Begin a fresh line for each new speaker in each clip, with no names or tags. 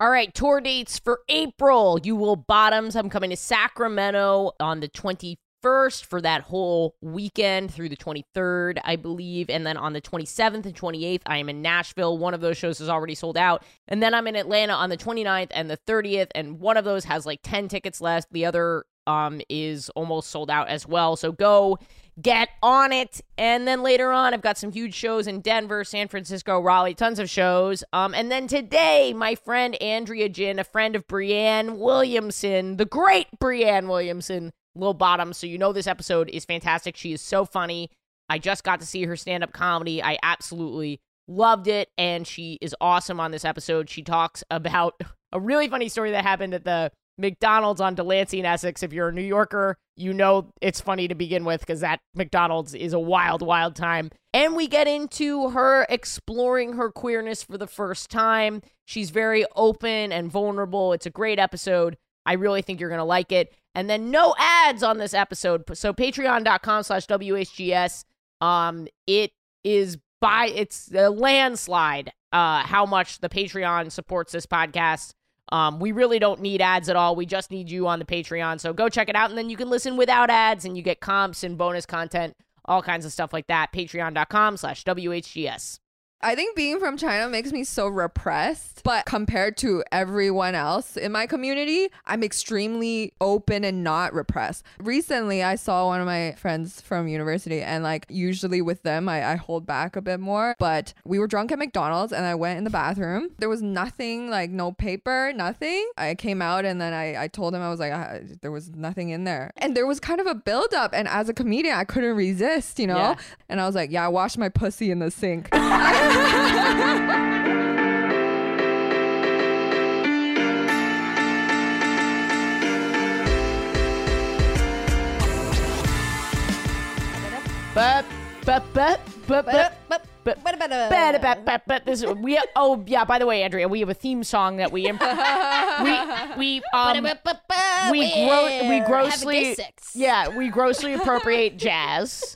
All right, tour dates for April. You will bottoms. I'm coming to Sacramento on the 21st for that whole weekend through the 23rd, I believe. And then on the 27th and 28th, I am in Nashville. One of those shows is already sold out. And then I'm in Atlanta on the 29th and the 30th. And one of those has like 10 tickets left. The other um is almost sold out as well. So go get on it. And then later on, I've got some huge shows in Denver, San Francisco, Raleigh, tons of shows. Um, and then today, my friend Andrea Jin, a friend of Brienne Williamson, the great Brienne Williamson, Lil Bottom. So you know this episode is fantastic. She is so funny. I just got to see her stand up comedy. I absolutely loved it, and she is awesome on this episode. She talks about a really funny story that happened at the McDonald's on Delancey and Essex. If you're a New Yorker, you know it's funny to begin with because that McDonald's is a wild, wild time. And we get into her exploring her queerness for the first time. She's very open and vulnerable. It's a great episode. I really think you're going to like it. And then no ads on this episode. So patreon.com slash WHGS. Um, it is by, it's a landslide uh, how much the Patreon supports this podcast. Um, we really don't need ads at all. We just need you on the Patreon. So go check it out. And then you can listen without ads and you get comps and bonus content, all kinds of stuff like that. Patreon.com slash WHGS.
I think being from China makes me so repressed, but compared to everyone else in my community, I'm extremely open and not repressed. Recently, I saw one of my friends from university, and like usually with them, I, I hold back a bit more. But we were drunk at McDonald's, and I went in the bathroom. There was nothing, like no paper, nothing. I came out, and then I, I told him, I was like, I, there was nothing in there. And there was kind of a buildup. And as a comedian, I couldn't resist, you know?
Yeah.
And I was like, yeah, I washed my pussy in the sink.
But, but, but, but, but. But, but, but, but, but, but this we oh yeah by the way Andrea we have a theme song that we imp- we we um we gro- we grossly yeah we grossly appropriate jazz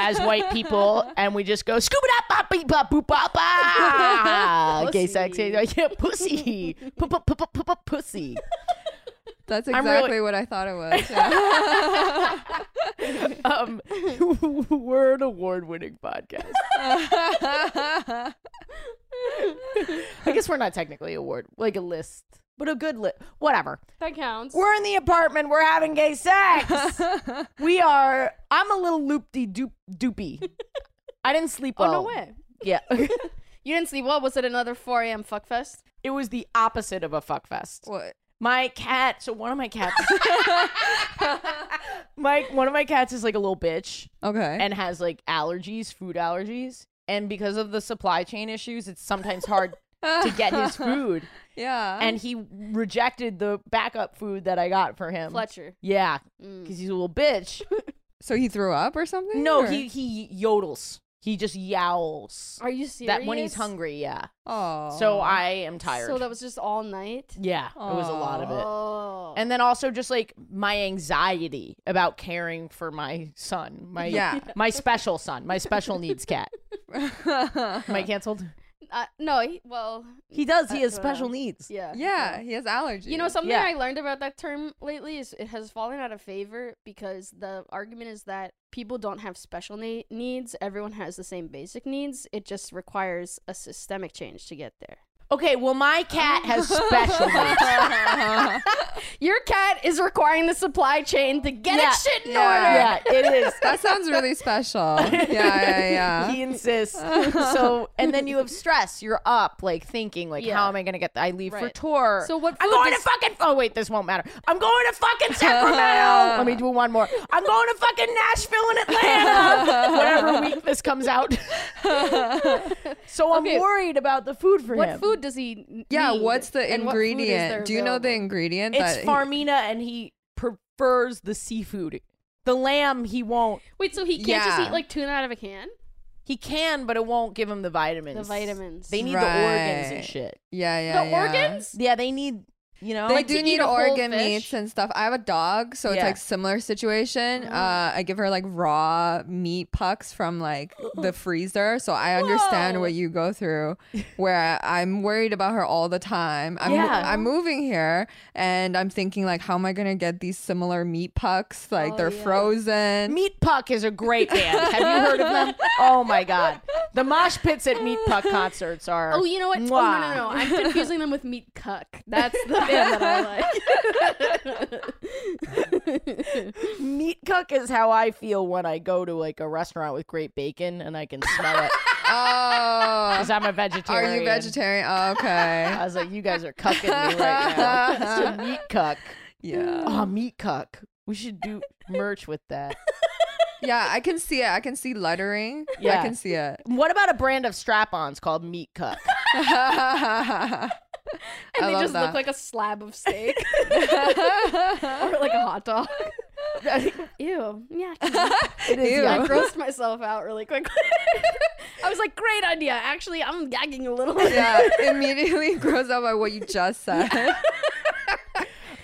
as white people and we just go scoop it up bop beep bop boop bop ah gay sex yeah yeah, pussy Pu- pu- pu- pu- pu- pu- pussy
That's
I'm
exactly
really-
what I thought it was. yeah.
um we're an award winning podcast I guess we're not technically award like a list but a good list whatever
That counts.
We're in the apartment. We're having gay sex. we are. I'm a little loop de doop doopy. I didn't sleep
oh,
well.
no way.
Yeah.
You didn't sleep well. Was it another 4 a.m. fuckfest?
it was the opposite of a fuck fest.
What?
My cat. So one of my cats. my one of my cats is like a little bitch
Okay.
and has like allergies, food allergies, and because of the supply chain issues, it's sometimes hard to get his food.
yeah.
Uh-huh.
And he rejected the backup food that I got for him.
Fletcher.
Yeah,
Mm.
because Um, he's a little bitch.
so he threw up or something?
No,
or-
he he yodels. He just yowls.
Are you serious?
That when he's hungry, yeah.
Oh.
So I am tired.
So that was just all night?
yeah, it was a lot of it.
Oh.
And then also just like my anxiety about caring for my son, my
Yeah.
my special son, my special needs cat. Am I canceled?
uh, no, he, well,
He does. He
I
has
don't
special
know.
needs.
Uh-huh. yeah.
yeah, he has allergies.
You know something
Yeah.
I learned about that term lately is it has fallen out of favor because the argument is that people don't have special ne- needs. Everyone has the same basic needs. It just requires a systemic change to get there.
Okay. Well, my cat has special needs.
Your cat is requiring the supply chain to get
Yeah.
its shit in order.
Yeah.
Yeah, it is.
that sounds really special. Yeah, yeah, yeah.
Uh-huh.
he insists. so, and then you have stress. You're up, like thinking, like,
Yeah.
how am I going to get? The, I leave for
Right.
tour.
So what
I'm
food
going
does-
to fucking. Oh wait, this won't matter. I'm going to fucking Sacramento. Let me do one more. I'm going to fucking Nashville and Atlanta. Whatever week this comes out. so I'm
Okay.
worried about the food for
What
him.
food does he n-
yeah,
need,
what's the
and what food is
ingredient?
there
Do you know the
available?
ingredient?
It's
that
Farmina, and he prefers the seafood. The lamb, he won't.
Wait, so he can't just
Yeah.
eat like tuna out of a can?
He can, but it won't give him the vitamins.
The vitamins.
They need the organs and
Right.
shit.
He, yeah, yeah.
the
yeah.
organs?
Yeah, they need You know,
They
Like
do
to
need
eat a whole
organ
fish?
meats and stuff. I have a dog, so it's
Yeah.
like similar situation.
Mm-hmm.
Uh, I give her like raw meat pucks from like the freezer, so I understand
Whoa.
what you go through. Where I'm worried about her all the time. I'm
Yeah.
I'm moving here, and I'm thinking like, how am I gonna get these similar meat pucks? Like
Oh,
they're
yeah.
frozen.
Meat Puck is a great band. Have you heard of them? Oh my god, the mosh pits at Meat Puck concerts are.
Oh, you know what? Oh, no, no,
Mwah.
no, no. I'm confusing them with Meat Cuck. That's the band that I like.
Meat Cuck is how I feel when I go to like a restaurant with great bacon and I can smell it
oh,
because I'm a
are
vegetarian.
you vegetarian? Oh, okay.
I was like, you guys are cucking me right now. It's a meat cuck.
yeah.
Oh, meat cuck. We should do merch with that.
Yeah, I can see it. I can see lettering.
Yeah.
I can see it.
What about a brand of strap-ons called Meat Cuck?
I
and they
love
just
that.
look like a slab of steak or like a hot dog. Ew. Yeah.
It is,
Ew.
yeah.
I grossed myself out really quickly. I was like, great idea. Actually, I'm gagging a little.
yeah, immediately grows up by what you just said.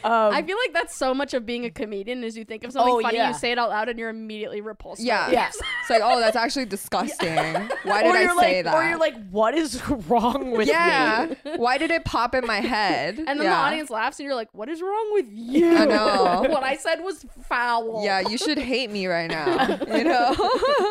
Um,
I feel like that's so much of being a comedian is you think of something
Oh,
funny,
yeah.
you say it out loud, and you're immediately repulsed. by
Yeah.
it.
Yeah.
It's like, oh, that's actually disgusting. Why did
or
I
you're
say
like,
that?
Or you're like, what is wrong with me?
yeah. Why did it pop in my head?
And then
yeah.
the audience laughs, and you're like, what is wrong with you?
I know.
what I said was foul.
Yeah, you should hate me right now. You know?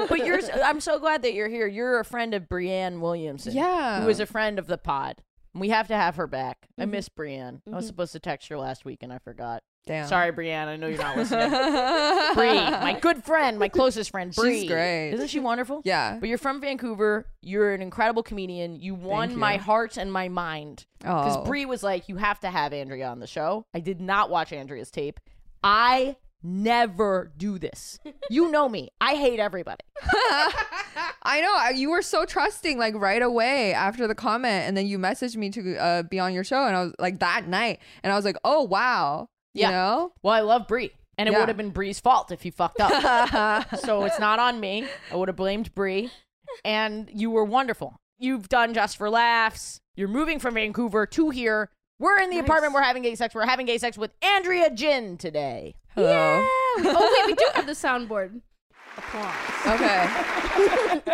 But you're. I'm so glad that you're here. You're a friend of Brianne Williamson.
Yeah.
who is a friend of the pod. We have to have her back. I miss Brianne. I was supposed to text her last week and I forgot.
Damn.
Sorry, Brianne. I know you're not listening. Bree,
Free.
my good friend, my closest friend. Bree,
great.
Isn't she wonderful?
Yeah.
But you're from Vancouver. You're an incredible comedian. You won
Thank
my
you.
heart and my mind because
Oh.
Bree was like, "You have to have Andrea on the show." I did not watch Andrea's tape. I never do this. You know me. I hate everybody.
I know I- you were so trusting, like right away after the comment, and then you messaged me to uh, be on your show, and I was like that night, and I was like, oh wow, you
Yeah.
know,
Well, I love Bree, and it
Yeah.
would have been Bree's fault if you fucked up. so it's not on me. I would have blamed Bree. And you were wonderful. You've done just for laughs. You're moving from Vancouver to here. We're in the apartment. We're having gay sex. We're having gay sex with Andrea Jin today.
hello,
oh wait, we do have the soundboard. Applause.
okay,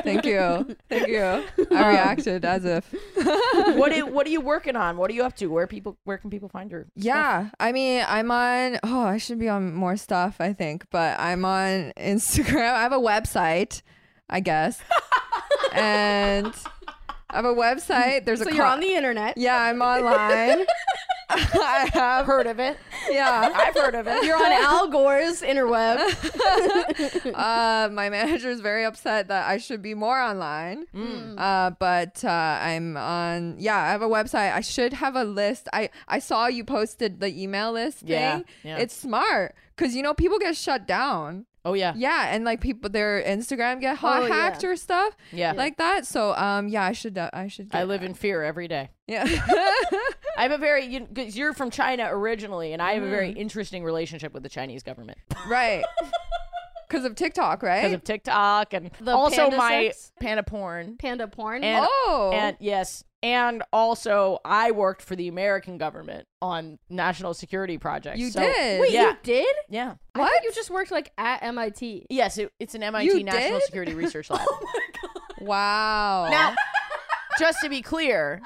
thank you, thank you.
Um,
I reacted as if,
what are, What are you working on? What are you up to? Where people Where can people find your
yeah. I mean, I'm on. Oh, I should be on more stuff, I think, but I'm on Instagram. I have a website, I guess, and I have a website. There's
So
a
you're
co-
on the internet.
yeah, I'm online. I have
Heard of it?
yeah.
I've heard of it.
You're on Al Gore's interweb.
uh, my manager is very upset that I should be more online.
Mm.
Uh, but uh, I'm on. Yeah, I have a website. I should have a list. I I saw you posted the email list thing.
Yeah, yeah.
It's smart because you know people get shut down.
Oh yeah,
Yeah, and like people, their Instagram get hot
Oh, yeah.
hacked or stuff
yeah.
like that. So um, yeah, I should. I should. Get,
I live in fear every day.
Yeah.
I have a very you, 'cause you're from China originally, and I have a very interesting relationship with the Chinese government.
right. Because of TikTok,
because
right?
of TikTok and
The
also
panda
my
sex?
panda porn.
Panda porn.
And-
oh.
And yes, and also I worked for the American government on national security projects.
You
So-
did?
Oh, wait,
yeah.
you did?
Yeah.
I thought
What?
you just worked like at MIT.
Yes, it, it's an MIT
You
National
did?
Security Research Lab.
Oh wow.
now, just to be clear,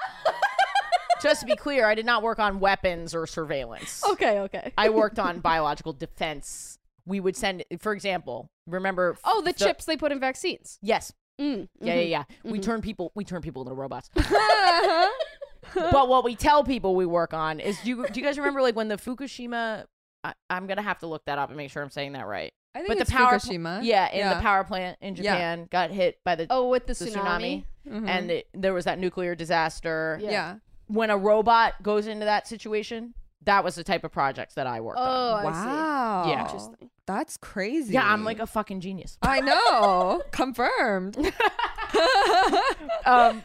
just to be clear, I did not work on weapons or surveillance.
Okay, okay.
I worked on biological defense. We would send, for example, remember?
Oh, the chips they put in vaccines.
Yes.
Mm,
Yeah,
mhm.
yeah, yeah. We turn people we turn people into robots.
Uh-huh.
but what we tell people we work on is do you, do you guys remember like when the Fukushima I, I'm gonna have to look that up and make sure I'm saying that right.
I think
But the
it's
power pl-
Fukushima.
Yeah, in the
Yeah.
power plant in
Yeah.
Japan got hit by the,
Oh, with the,
the
tsunami. Mm-hmm.
tsunami, and it, there was that nuclear disaster.
Yeah.
Yeah.
When a robot goes into that situation, that was the type of projects that I worked on.
Oh, I see.
Wow.
Yeah.
Interesting.
That's crazy.
Yeah, I'm like a fucking genius.
I know. Confirmed.
Um,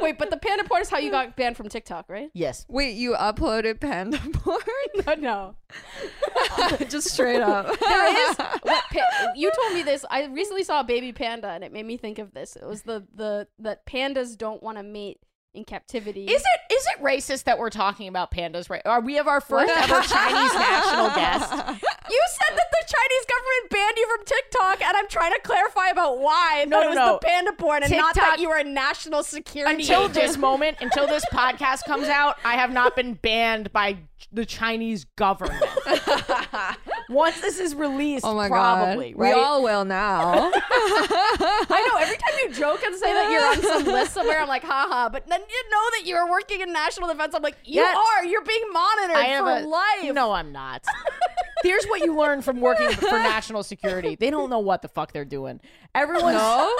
Wait, but the panda porn is how you got banned from TikTok, right?
yes.
Wait, you uploaded panda porn?
Oh, no.
Just straight up.
There is. What, pa- you told me this. I recently saw a baby panda, and it made me think of this. It was the the that pandas don't want to mate
in captivity.
Is it is it racist that we're talking about pandas right? Are we have our first ever Chinese national guest?
You said that the Chinese government banned you from TikTok, and I'm trying to clarify about why.
No,
that
no,
it was
no.
the panda porn, and not that
TikTok-
you were a national security
Until
agent.
this moment, until this podcast comes out, I have not been banned by the Chinese government. Once this is released,
Oh my
probably,
god.
right?
We all will now.
I know every time you joke and say that you're on some list somewhere, I'm like, haha. But then you know that you're working in national defense. I'm like, you
Yeah.
are. You're being monitored
I am
for
a-
life.
No, I'm not. Here's what you learn from working for national security. They don't know what the fuck they're doing. Everyone's
no?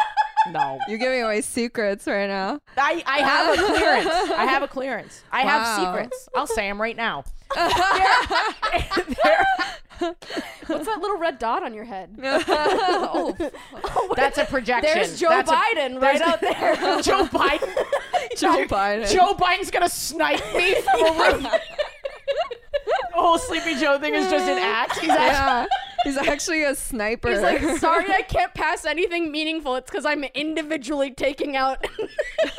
no.
You're giving away secrets right now.
I, I have a clearance. I have a clearance. I
Wow.
have secrets. I'll say them right now. They're- they're-
What's that little red dot on your head? oh,
that's a projection.
there's Joe
That's a-
Biden right
there's-
out there.
Joe Biden.
Joe Biden.
Joe Biden's gonna snipe me from a roof. The whole Sleepy Joe thing is just an act. He's actually
Yeah. He's actually a sniper.
He's like, sorry, I can't pass anything meaningful. It's because I'm individually taking out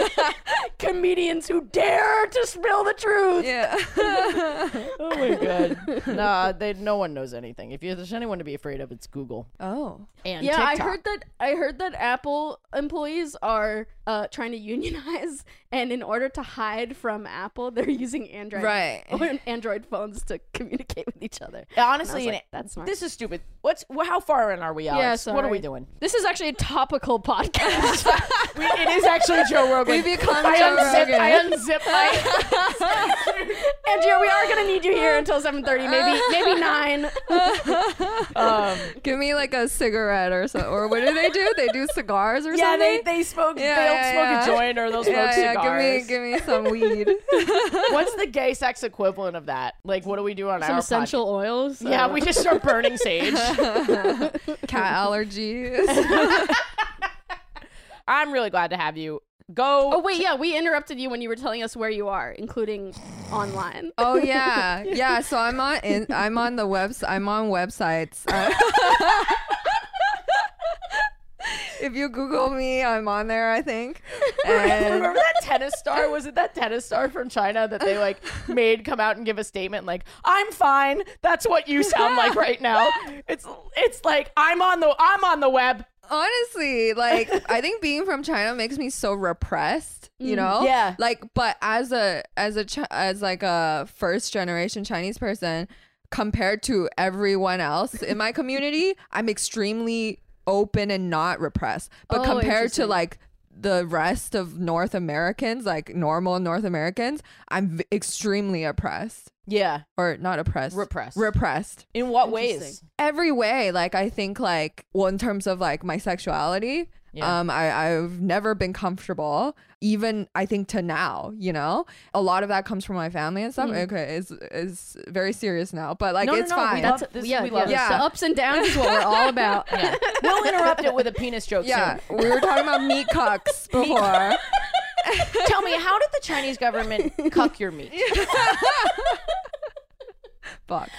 comedians who dare to spill the truth.
yeah.
Oh my god. Nah, they, no one knows anything. If you, there's anyone to be afraid of, it's Google
oh.
and
yeah, I
TikTok.
heard that I heard that Apple employees are uh, trying to unionize, and in order to hide from Apple, they're using Android
Right.
or Android phones to communicate with each other.
Honestly,
I was
and
like, "That's smart."
This is stupid. What's wh- how far in are we, Alex?
Yeah,
what are we
sorry.
doing?
This is actually a topical podcast.
We, it is actually Joe Rogan.
We become
I
Joe
unzip,
Rogan.
I unzip my.
Andrea, we are gonna need you here until 7:30, maybe maybe nine.
Um,
Give me like a cigarette or so. Or what do they do? They do cigars or
yeah,
something?
they they smoke.
Yeah,
they don't
yeah, yeah.
smoke a joint or they'll smoke
yeah,
cigars.
yeah. Give me, give me some weed.
What's the gay sex equivalent of that? Like, what do we do on
Some
our
essential oils.
Podcast? Yeah,
uh,
we just start burning sage.
Cat allergies.
I'm really glad to have you. Go.
Oh wait, yeah, we interrupted you when you were telling us where you are, including online.
Oh yeah, yeah. So I'm on. In, I'm on the webs. I'm on websites. Uh, if you Google me, I'm on there. I think. And
Remember that tennis star? Was it that tennis star from China that they like made come out and give a statement like, "I'm fine. That's what you sound like right now." It's it's like I'm on the I'm on the web.
honestly, like I think being from China makes me so repressed. You know.
yeah.
Like, but as a as a Chi- as like a first generation Chinese person, compared to everyone else in my community, I'm extremely open and not repressed. But
Oh,
compared to
interesting.
like the rest of North Americans, like normal North Americans, I'm v- extremely oppressed
Yeah.
or not oppressed,
Repressed.
repressed
In what ways?
Interesting.
every way. Like I think like well in terms of like my sexuality.
Yeah.
Um, I, I've never been comfortable, even I think to now, you know? A lot of that comes from my family and stuff. Okay, it's is very serious now, but like
Hmm. No, no,
it's
no, we
fine.
love this- we love
this
The
stuff.
ups and downs is what we're all about.
Yeah. We'll interrupt it with a penis joke
yeah. We were talking about meat cucks before.
soon. Tell me, how did the Chinese government cuck your meat?
Fuck.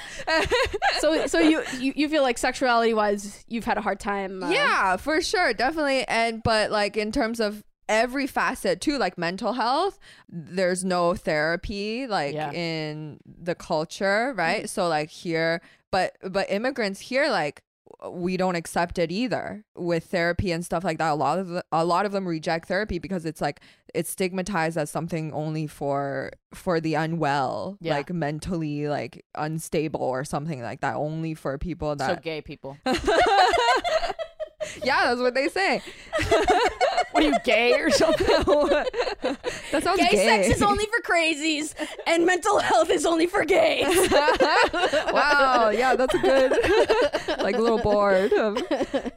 So, so you, you you feel like sexuality wise, you've had a hard time. Uh,
yeah for sure definitely and but like in terms of every facet too like mental health there's no therapy like
Yeah. Mm-hmm.
in the culture right so like here but but immigrants here like we don't accept it either with therapy and stuff like that a lot of the, a lot of them reject therapy because it's like it's stigmatized as something only for for the unwell
Yeah.
like mentally like unstable or something like that only for people that
So gay people.
yeah that's what they say
What are you gay or something?
That sounds
Gay,
gay.
sex is only for crazies, and mental health is only for gays.
wow. Yeah, that's a good like little board. Of,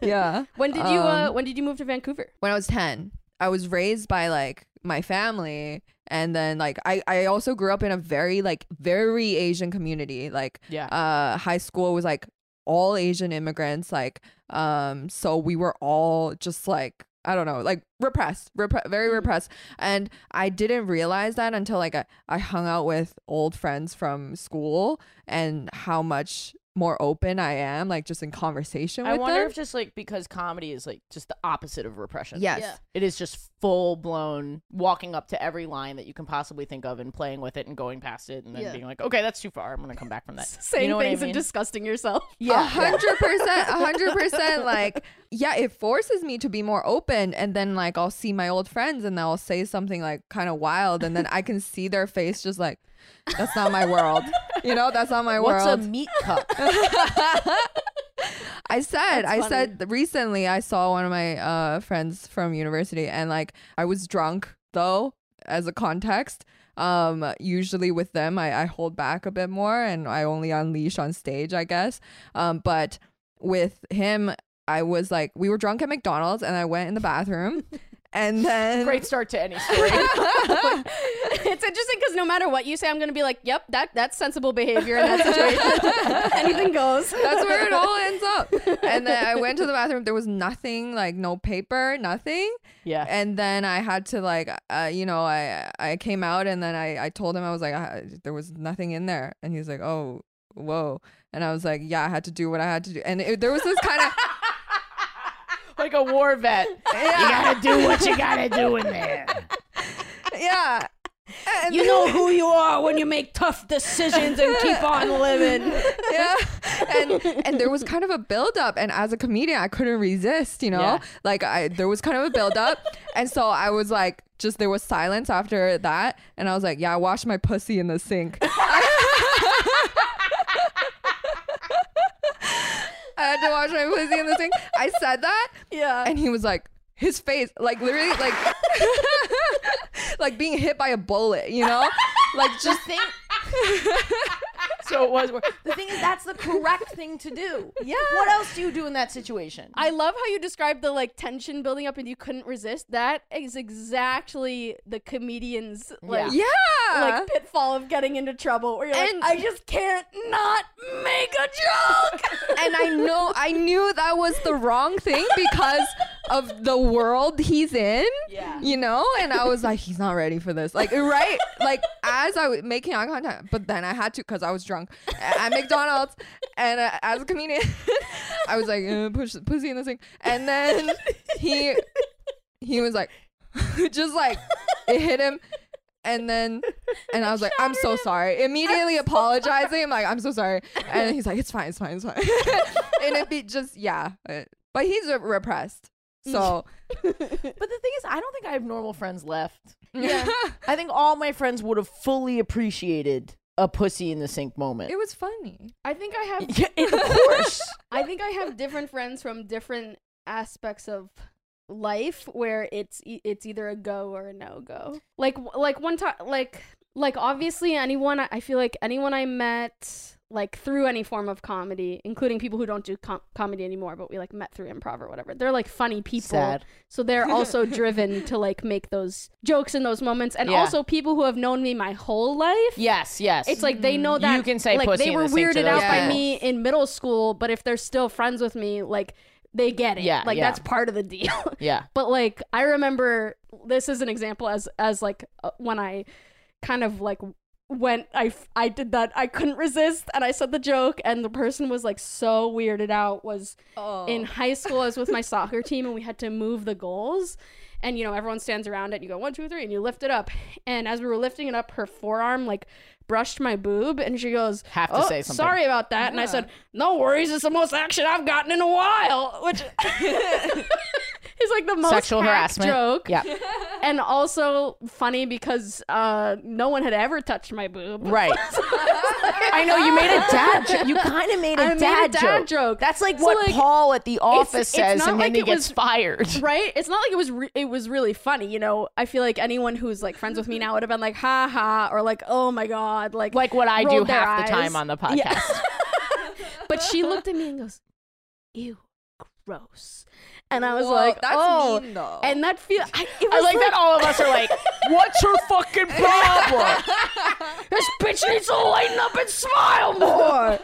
yeah.
When did you uh,
Um,
When did you move to Vancouver?
When I was ten, I was raised by like my family, and then like I I also grew up in a very like very Asian community. Like
Yeah.
uh, high school was like all Asian immigrants. Like um, so we were all just like. I don't know, like repressed, repre-
Mm-hmm.
very repressed. And I didn't realize that until like I, I hung out with old friends from school and how much more open I am, like just in conversation
I
with
wonder
them.
if just like because comedy is like just the opposite of repression.
yes.
Yeah.
It is just full blown walking up to every line that you can possibly think of and playing with it and going past it and then
Yeah.
being like, okay, that's too far. I'm gonna come back from that.
Saying
know what I
things
mean?
and disgusting yourself.
A hundred percent, a hundred percent. Like, yeah, it forces me to be more open, and then like I'll see my old friends, and they'll say something like kind of wild, and then I can see their face just like, that's not my world. You know, that's not my
What's
world.
a meat cup?
I said, I
funny.
said recently I saw one of my uh, friends from university and like I was drunk though, as a context. Um, usually with them, I, I hold back a bit more and I only unleash on stage, I guess. Um, but with him, I was like, we were drunk at McDonald's and I went in the bathroom and then
Great start to any story.
it's interesting because no matter what you say, I'm gonna be like, "Yep, that that's sensible behavior in that situation. Anything goes."
That's where it all ends up. And then I went to the bathroom. There was nothing, like no paper, nothing.
Yeah.
And then I had to like, uh, you know, I I came out and then I I told him I was like, I, there was nothing in there, and he's like, oh, whoa. And I was like, yeah, I had to do what I had to do. And it, there was this kind of
like a war vet. You gotta do what you gotta do in there.
yeah. And
You know who you are when you make tough decisions and keep on living.
yeah and and there was kind of a buildup and as a comedian i couldn't resist you know
Yeah.
like i there was kind of a buildup and so i was like just there was silence after that and i was like yeah i washed my pussy in the sink i had to wash my pussy in the sink i said that
Yeah.
and he was like his face like literally like like being hit by a bullet you know like just
Thing- so it was. The thing is, that's the correct thing to do. Yeah. What else do you do in that situation?
I love how you described the like tension building up and you couldn't resist. That is exactly the comedian's like
yeah
like pitfall of getting into trouble where you're
And-
like I just can't not make a joke.
and I know I knew that was the wrong thing because of the world he's in.
Yeah.
You know, and I was like, he's not ready for this. Like, right? Like, as I was making eye contact, but then I had to because I was drunk a- at McDonald's, and uh, as a comedian, I was like, uh, push pussy in the sink, and then he he was like, just like it hit him. And then, and I was like, I'm so sorry. Immediately apologizing. I'm like, I'm so sorry. And he's like, it's fine, it's fine, it's fine. and it'd be just, yeah. Uh, But he's uh, repressed. So,
But the thing is, I don't think I have normal friends left. I think all my friends would have fully appreciated a pussy in the sink moment.
it was funny.
I think I have
yeah, of course.
I think I have different friends from different aspects of life where it's e- it's either a go or a no go. Like w- like one time like like obviously anyone I I feel like anyone I met like through any form of comedy, including people who don't do com- comedy anymore, but we like met through improv or whatever. They're like funny people.
Sad.
So they're also driven to like make those jokes in those moments and
Yeah.
also people who have known me my whole life.
Yes, yes.
It's like they know
You
that
can say
like
pussy
they
in
were
the sink to
weirded out
those
by
people.
me in middle school, but if they're still friends with me, like they get it.
Yeah,
like
yeah.
that's part of the deal.
yeah.
but like I remember this is an example as as like uh, when I kind of like went I f- I did that I couldn't resist and I said the joke and the person was like so weirded out was
Oh.
in high school, I was with my soccer team and we had to move the goals. And you know, everyone stands around it and you go one, two, three, and you lift it up. And as we were lifting it up, her forearm like brushed my boob and she goes,
Have to
"Oh,
say something."
Sorry about that. And I said, No worries, it's the most action I've gotten in a
Oh,
while which is like the most
Sexual
hack
harassment.
joke.
Yeah.
And also funny because uh, no one had ever touched my boob.
Right. I know you made a dad joke. You kind of made a
I made a
dad,
dad
joke.
joke.
That's like
So,
what
like,
Paul at the office
it's
says,
not
and then
like
he
it
gets
was-
fired.
right it's not like it was re- it was really funny you know i feel like anyone who's like friends with me now would have been like ha ha or like oh my god like
Like what I do
rolled their
half the
eyes.
time on the podcast.
Yeah. but she looked at me and goes ew gross and i was
Whoa,
like
that's
oh
mean, though.
and that feel I, it
I
was
like, that all of us are like, what's her fucking problem?
this bitch needs to lighten up and smile more.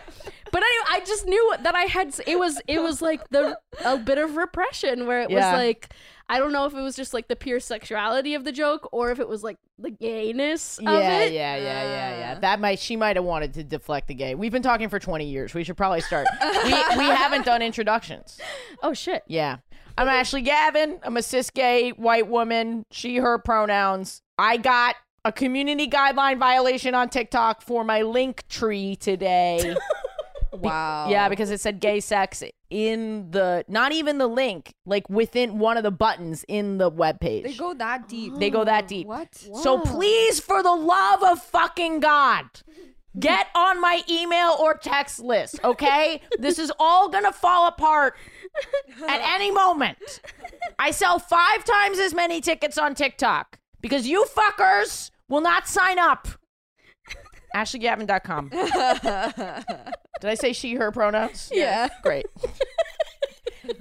But anyway, I just knew that I had. It was it was like the a bit of repression where it
Yeah.
was like I don't know if it was just like the pure sexuality of the joke or if it was like the gayness of
yeah,
it. Ah.
yeah, yeah, yeah, yeah. That might she might have wanted to deflect the gay. We've been talking for twenty years. We should probably start. we we haven't done introductions.
Oh shit!
Yeah. I'm Ashley Gavin. I'm a cis gay white woman. She, her pronouns. I got a community guideline violation on TikTok for my link tree today.
Wow.
yeah, because it said gay sex in the, not even the link, like within one of the buttons in the webpage.
they go that deep.
They go that deep.
What?
So please, for the love of fucking God, get on my email or text list, okay? this is all gonna fall apart at any moment. I sell five times as many tickets on TikTok because you fuckers will not sign up. AshleyGavin.com. Did I say she, her pronouns?
Yeah.
Great.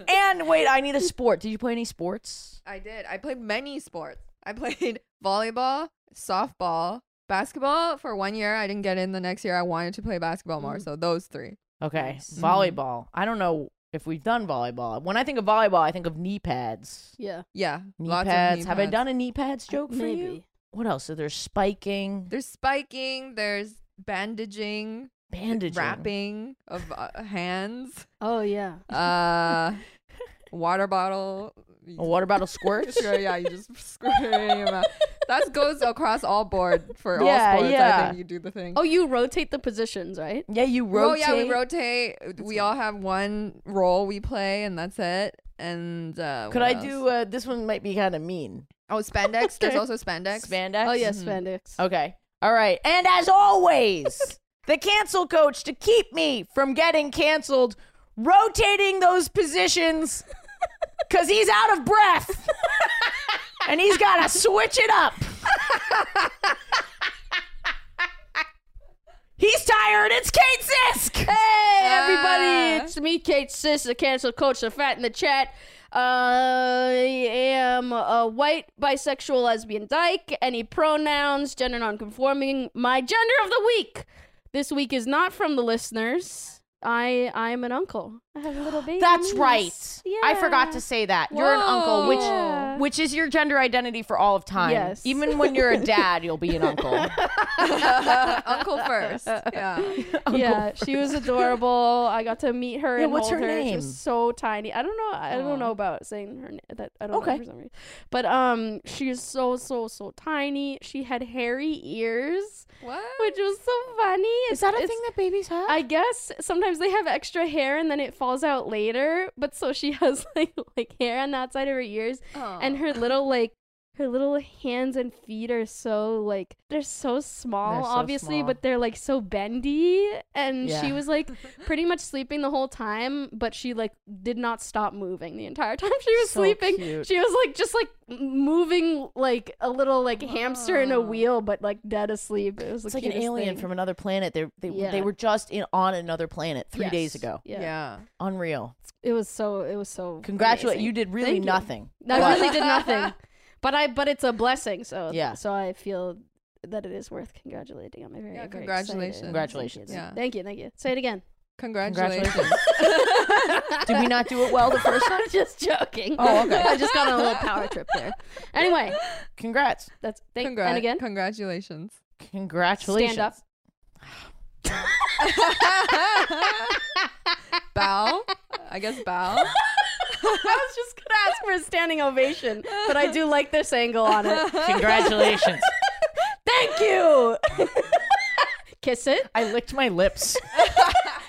and wait, I need a sport. Did you play any sports?
I did. I played many sports. I played volleyball, softball, basketball for one year. I didn't get in the next year. I wanted to play basketball more. So those three.
Okay,
Nice.
Mm-hmm.
volleyball. I don't know if we've done volleyball. When I think of volleyball, I think of knee pads.
Yeah.
Yeah.
Knee
lots of
pads.
knee
Have I
pads.
done a knee pads joke for
Maybe.
you? What else? So there's spiking,
There's spiking, there's bandaging,
bandaging,
wrapping of uh, hands,
Oh yeah.
uh, water bottle.
Oh, a water bottle squirt.
Sure, yeah, you just squirt it in your mouth. That goes across all board for
Yeah,
all sports.
yeah.
I think you do the thing.
Oh, you rotate the positions, right?
yeah, you rotate.
Oh yeah, we rotate. we all have one role we play, and that's it. And uh,
Could
what
I
else?
do? Uh, this one might be kind of mean.
Oh, spandex. There's
Okay.
also spandex.
Spandex.
Oh yeah,
Mhm.
spandex.
Okay. All right. And as always, the cancel coach to keep me from getting canceled, rotating those positions because he's out of breath and he's got to switch it up. he's tired. It's Kate Sisk.
Hey
Ah.
everybody, it's me, Kate Sis, the canceled coach, the fat in the chat. I am a white bisexual lesbian dyke. Any pronouns, gender nonconforming. My gender of the week this week is not from the listeners. I I am an uncle. I have a little baby.
That's
niece.
right. I forgot
Yeah.
to say that. You're an uncle, which
Yeah.
which is your gender identity for all of time.
Yes.
Even when you're a dad, you'll be an uncle.
Uncle first. Yeah.
yeah, she was adorable. I got to meet her
Yeah,
and
what's
hold
her
She
name?
was so tiny. I don't know. I
Aw.
don't know about saying her name. That I don't
Okay.
know for some reason. But um, she is so so so tiny. She had hairy ears,
What?
which was so funny.
Is that a
It's-
thing that babies have?
I guess sometimes they have extra hair and then it falls out later. But so she has like like hair on the outside of her ears,
Oh.
and her little like her little hands and feet are so like they're so small
They're so
obviously
small.
but they're like so bendy and she
Yeah.
was like pretty much sleeping the whole time but she like did not stop moving the entire time she was
So
sleeping
cute.
she was like just like m- moving like a little like hamster in a
Wow.
wheel but like dead asleep it was
It's like an alien from another planet. They they they
Yeah.
were just in on another planet three days ago.
yeah.
yeah.
Unreal.
it was so it was so
Congratulate
amazing.
you did really
Thank you.
nothing.
I really did nothing. But I but it's a blessing, so
Yeah.
So I feel that it is worth congratulating. I'm very,
Yeah,
very
congratulations.
excited.
Congratulations.
Thank you.
Yeah.
Thank you. Thank you. Say it again.
Congratulations.
Did we not do it well the first time?
I'm just joking.
Oh, okay.
I just got on a little power trip there. Anyway,
Congrats.
that's thank
Congra-
and again.
Congratulations.
Congratulations.
Stand up.
bow. I guess bow.
I was just gonna ask for a standing ovation, but I do like this angle on it.
Congratulations.
Thank you. kiss it
I licked my lips.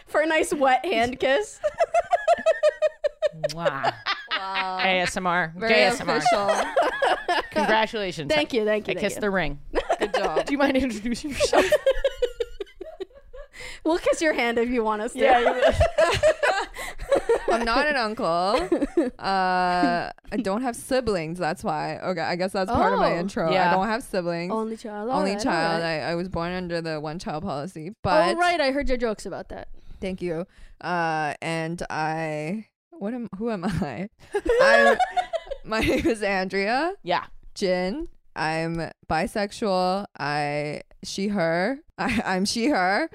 for a nice wet hand kiss.
Wow.
Wow.
ASMR.
Very
JSMR.
official.
Congratulations.
Thank you. Thank you.
I
thank
kissed
you.
the ring.
Good job.
Do you mind introducing yourself?
We'll kiss your hand if you want us to.
I'm not an uncle. Uh, I don't have siblings. That's why. Okay, I guess that's part of my
Oh.
intro.
Yeah.
I don't have siblings. Only,
Only child. alright,
child.
alright.
I, I was born under the one child policy.
Oh
But
right, I heard your jokes about that.
thank you. Uh, and I. What am? Who am I? I'm, my name is Andrea
yeah.
Jin. I'm bisexual. I she her. I, I'm she her.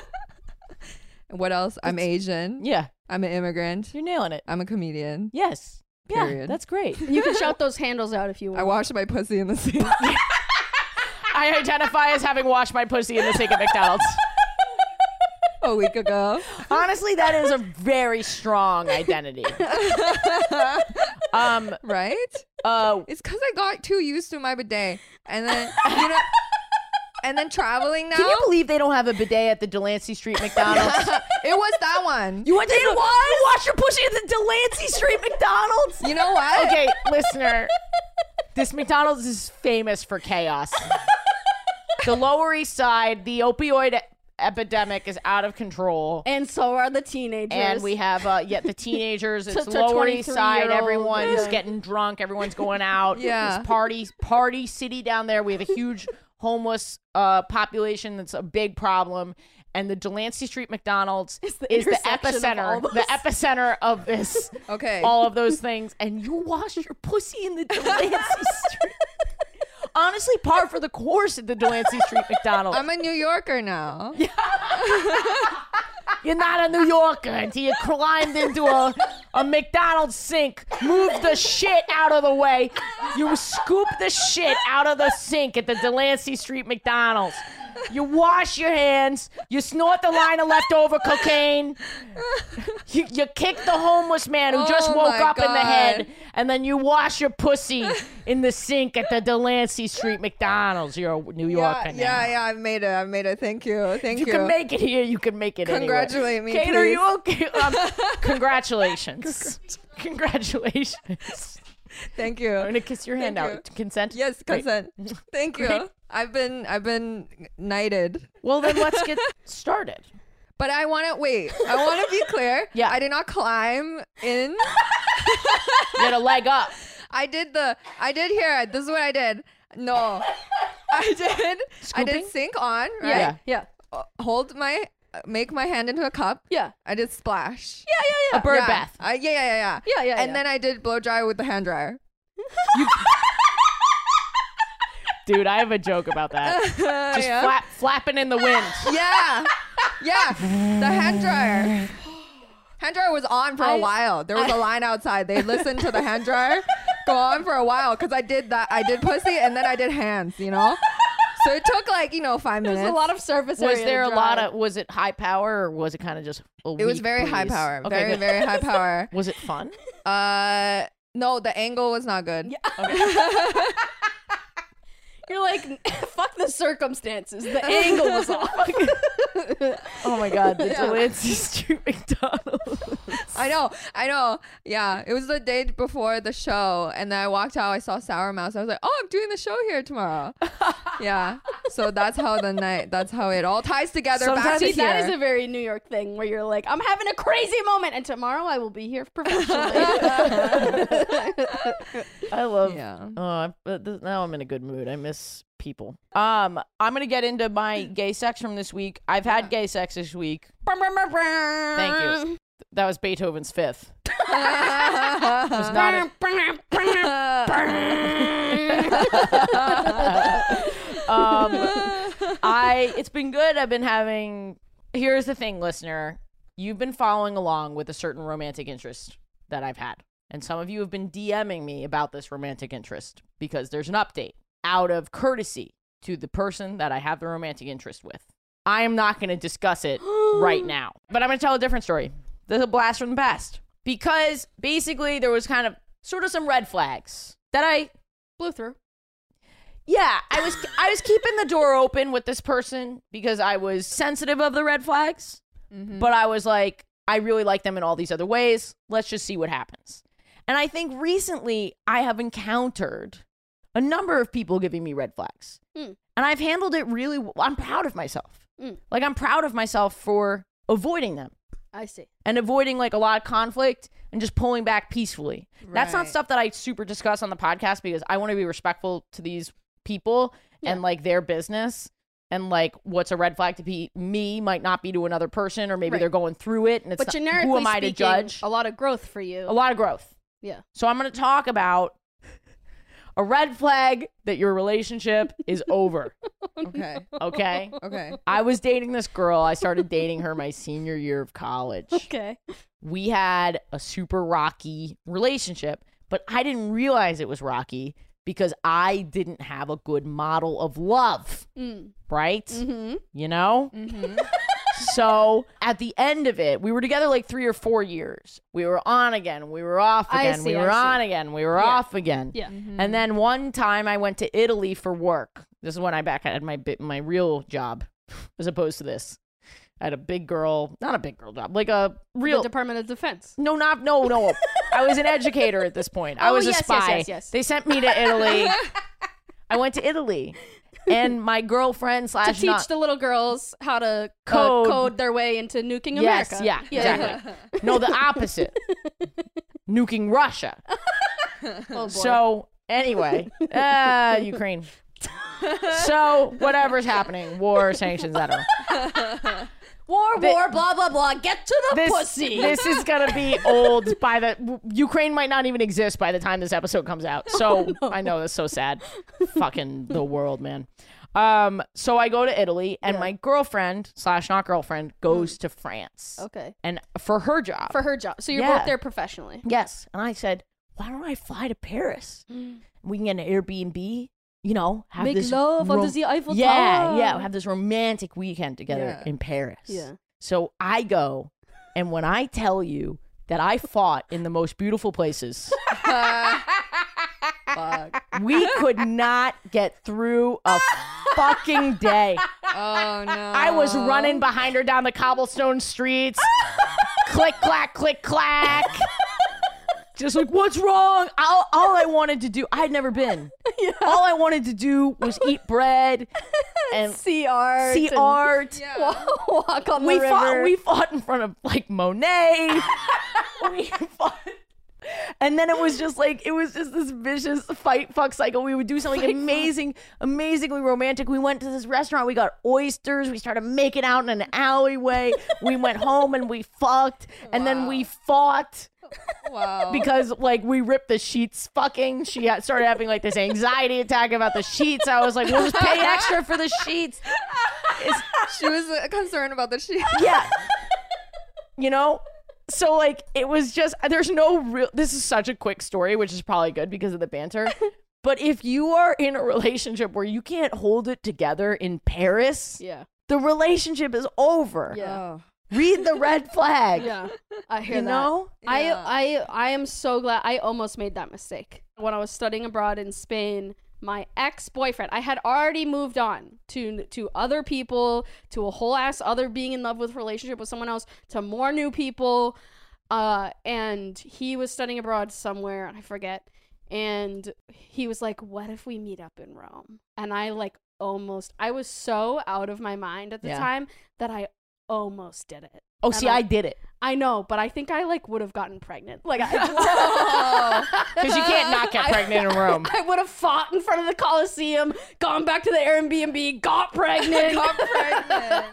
what else? I'm Asian.
Yeah.
I'm an immigrant.
You're nailing it.
I'm a comedian.
Yes. Yeah.
Period.
That's great.
You can shout those handles out if you
I
want.
washed my pussy in the sink.
I identify as having washed my pussy in the sink at McDonald's.
a week ago.
Honestly, that is a very strong identity. Um,
right?
uh,
It's because I got too used to my bidet, and then you know, and then traveling now.
can you believe they don't have a bidet at the Delancey Street McDonald's?
it was that one.
You went to the, you washed your pussy at the Delancey Street McDonald's.
You know what?
Okay, listener, this McDonald's is famous for chaos. the Lower East Side, the opioid epidemic is out of control.
And so are the teenagers.
And we have uh, yeah, the teenagers. It's
To- to
Lower East Side.
23-year-old,
Everyone's
yeah.
getting drunk. Everyone's going out.
Yeah.
it's party party city down there. We have a huge homeless uh, population. That's a big problem. And the Delancey Street McDonald's
the
is the
intersection of all
epicenter, the
those.
epicenter of this,
Okay.
all of those things. And you wash your pussy in the Delancey Street. Honestly, par for the course at the Delancey Street McDonald's.
I'm a New Yorker now.
You're not a New Yorker until you climbed into a, a McDonald's sink, moved the shit out of the way. You scoop the shit out of the sink at the Delancey Street McDonald's. You wash your hands. You snort the line of leftover cocaine. You, you kick the homeless man who just
Oh
woke
my
up in the head.
God.
And then you wash your pussy in the sink at the Delancey Street McDonald's. You're a New Yorker
Yeah,
now.
yeah, yeah. I've made it. I've made it. Thank you. Thank you.
If you can make it here, you can make it anywhere.
Congratulate me,
Kate, are
please.
you okay? Um, congratulations. congratulations.
Thank
I'm
you.
going to kiss your hand
Thank
out.
you.
Consent?
Yes,
Great.
consent. Thank you. I've been I've been knighted.
Well, then let's get started.
But I want to wait. I want to be clear.
Yeah.
I did not climb in.
Get a leg up.
I did the. I did hear it. This is what I did. No, I did. I
Scooping?
did sink on. Right.
Yeah.
yeah.
Uh, Hold my. uh, Make my hand into a cup.
Yeah.
I did splash.
Yeah, yeah, yeah.
A bird
Yeah.
bath.
I, yeah, yeah, yeah, yeah.
Yeah, yeah,
And
yeah.
then I did blow dry with the hand dryer.
Dude, I have a joke about that. Just
yeah.
flap, flapping in the wind.
Yeah. Yeah. The hand dryer. Hand dryer was on for a
I-
while. There was a line outside. They listened to the hand dryer go on for a while because I did that. I did pussy and then I did hands, you know? So it took like, you know, five minutes.
There's a lot of surface
Was
area
there
to
a
dry.
lot of, was it high power or was it kind of just a
it was
weak
very high
breeze?
power.
Okay,
very,
good.
very high power.
Was it fun?
Uh, no, the angle was not good. Yeah.
You're like, fuck the circumstances. The angle was off.
Oh my God, the Delancey Street McDonald's.
I know, I know. Yeah, it was the day before the show, and then I walked out. I saw Sour Mouse. I was like, "Oh, I'm doing the show here tomorrow." yeah, so that's how the night. That's how it all ties together. back
Sometimes
to
See, that
here.
is a very New York thing where you're like, I'm having a crazy moment, and tomorrow I will be here professionally.
I love
yeah.
Oh, I- but th- now I'm in a good mood. I miss people. Mm. Um, I'm gonna get into my gay sex from this week. I've had gay sex this week. Thank you. Th- That was Beethoven's fifth. It's not a- um, I. It's been good. I've been having. Here's the thing, listener. You've been following along with a certain romantic interest that I've had, and some of you have been DMing me about this romantic interest because there's an update out of courtesy to the person that I have the romantic interest with. I am not going to discuss it right now, but I'm going to tell a different story. There's a blast from the past because basically there was kind of sort of some red flags that I
Blew through.
yeah, I was I was keeping the door open with this person because I was sensitive of the red flags, but I was like, I really like them in all these other ways. Let's just see what happens. And I think recently I have encountered a number of people giving me red flags,
Mm.
and I've handled it really. w- I'm proud of myself.
Mm.
Like I'm proud of myself for avoiding them
I see.
and avoiding like a lot of conflict and just pulling back peacefully. That's not
Right.
stuff that I super discuss on the podcast because I want to be respectful to these people and like their business and like what's a red flag to be me might not be to another person or maybe
Right.
they're going through it and it's
But
not-
generically
who am I
speaking,
to judge?
A lot of growth for you.
a lot of growth.
Yeah.
So I'm going to talk about a red flag that your relationship is over,
okay.
okay?
Okay.
I was dating this girl. I started dating her my senior year of college
Okay.
we had a super rocky relationship, but I didn't realize it was rocky because I didn't have a good model of love,
Mm.
right?
hmm
You know?
hmm
so at the end of it, we were together like three or four years. We were on again. We were off
I
again. we
see, I
were
see.
on again. We were
Yeah.
off again.
Yeah.
And then one time I went to Italy for work. This is when I back had my bi- my real job, as opposed to this. I had a big girl, not a big girl job, like a real
The Department of Defense.
no, not no, no. I was an educator at this point. I
Oh,
was a
yes, yes,
spy.
yes, yes.
They sent me to Italy. I went to Italy, and my girlfriend
To
slash
teach
not-
the little girls how to uh,
Code.
code their way into nuking
Yes,
America.
yeah, exactly. no the opposite, nuking Russia.
Oh boy.
So anyway, uh, Ukraine. so whatever's happening, war, sanctions, I don't know.
war,
the-
war, blah blah blah. Get to the
This,
pussy.
this is gonna be old by the w- Ukraine might not even exist by the time this episode comes out. So I know that's so sad. Fucking the world, man. Um, so I go to Italy, and my girlfriend slash not girlfriend goes to France,
okay.
and for her job,
For her job. So you're
Yeah.
both there professionally.
Yes. And I said, why don't I fly to Paris? We can get an Airbnb, you know, have
Make
this
love under
rom-
the Eiffel
Yeah,
Tower.
yeah, have this romantic weekend together
Yeah.
in Paris.
Yeah.
So I go, and when I tell you that I fought in the most beautiful places,
Fuck.
we could not get through a fucking day.
Oh no.
I was running behind her down the cobblestone streets. click clack, click clack. Just like, what's wrong? All, all I wanted to do, I'd never been. All I wanted to do was eat bread and
See art.
see
and
art.
Walk on
We
the river.
fought. We fought in front of like Monet. we fought. And then it was just like it was just this vicious fight fuck cycle. We would do something amazing, amazingly romantic. We went to this restaurant. We got oysters. We started making out in an alleyway. we went home and we fucked, and then we fought
Wow.
because like we ripped the sheets fucking she had started having like this anxiety attack about the sheets i was like we'll just pay extra for the sheets
she was uh, concerned about the shit.
yeah you know so like it was just there's no real this is such a quick story which is probably good because of the banter but if you are in a relationship where you can't hold it together in paris
Yeah.
the relationship is over
Yeah.
Oh,
read the red flag
Yeah. I hear
Oh. you
that.
know
Yeah.
I I I am so glad I almost made that mistake. When I was studying abroad in Spain, my ex-boyfriend, I had already moved on to to other people, to a whole ass other being in love with relationship with someone else, to more new people, uh and he was studying abroad somewhere, I forget. And he was like, "What if we meet up in Rome?" And I like almost I was so out of my mind at the
Yeah.
time that I almost did it.
oh see
I-
i did it
I know, but I think I like would have gotten pregnant. Like I,
Oh.
because you can't not get pregnant in rome
I would have fought in front of the Coliseum, gone back to the Airbnb, got pregnant.
Got pregnant.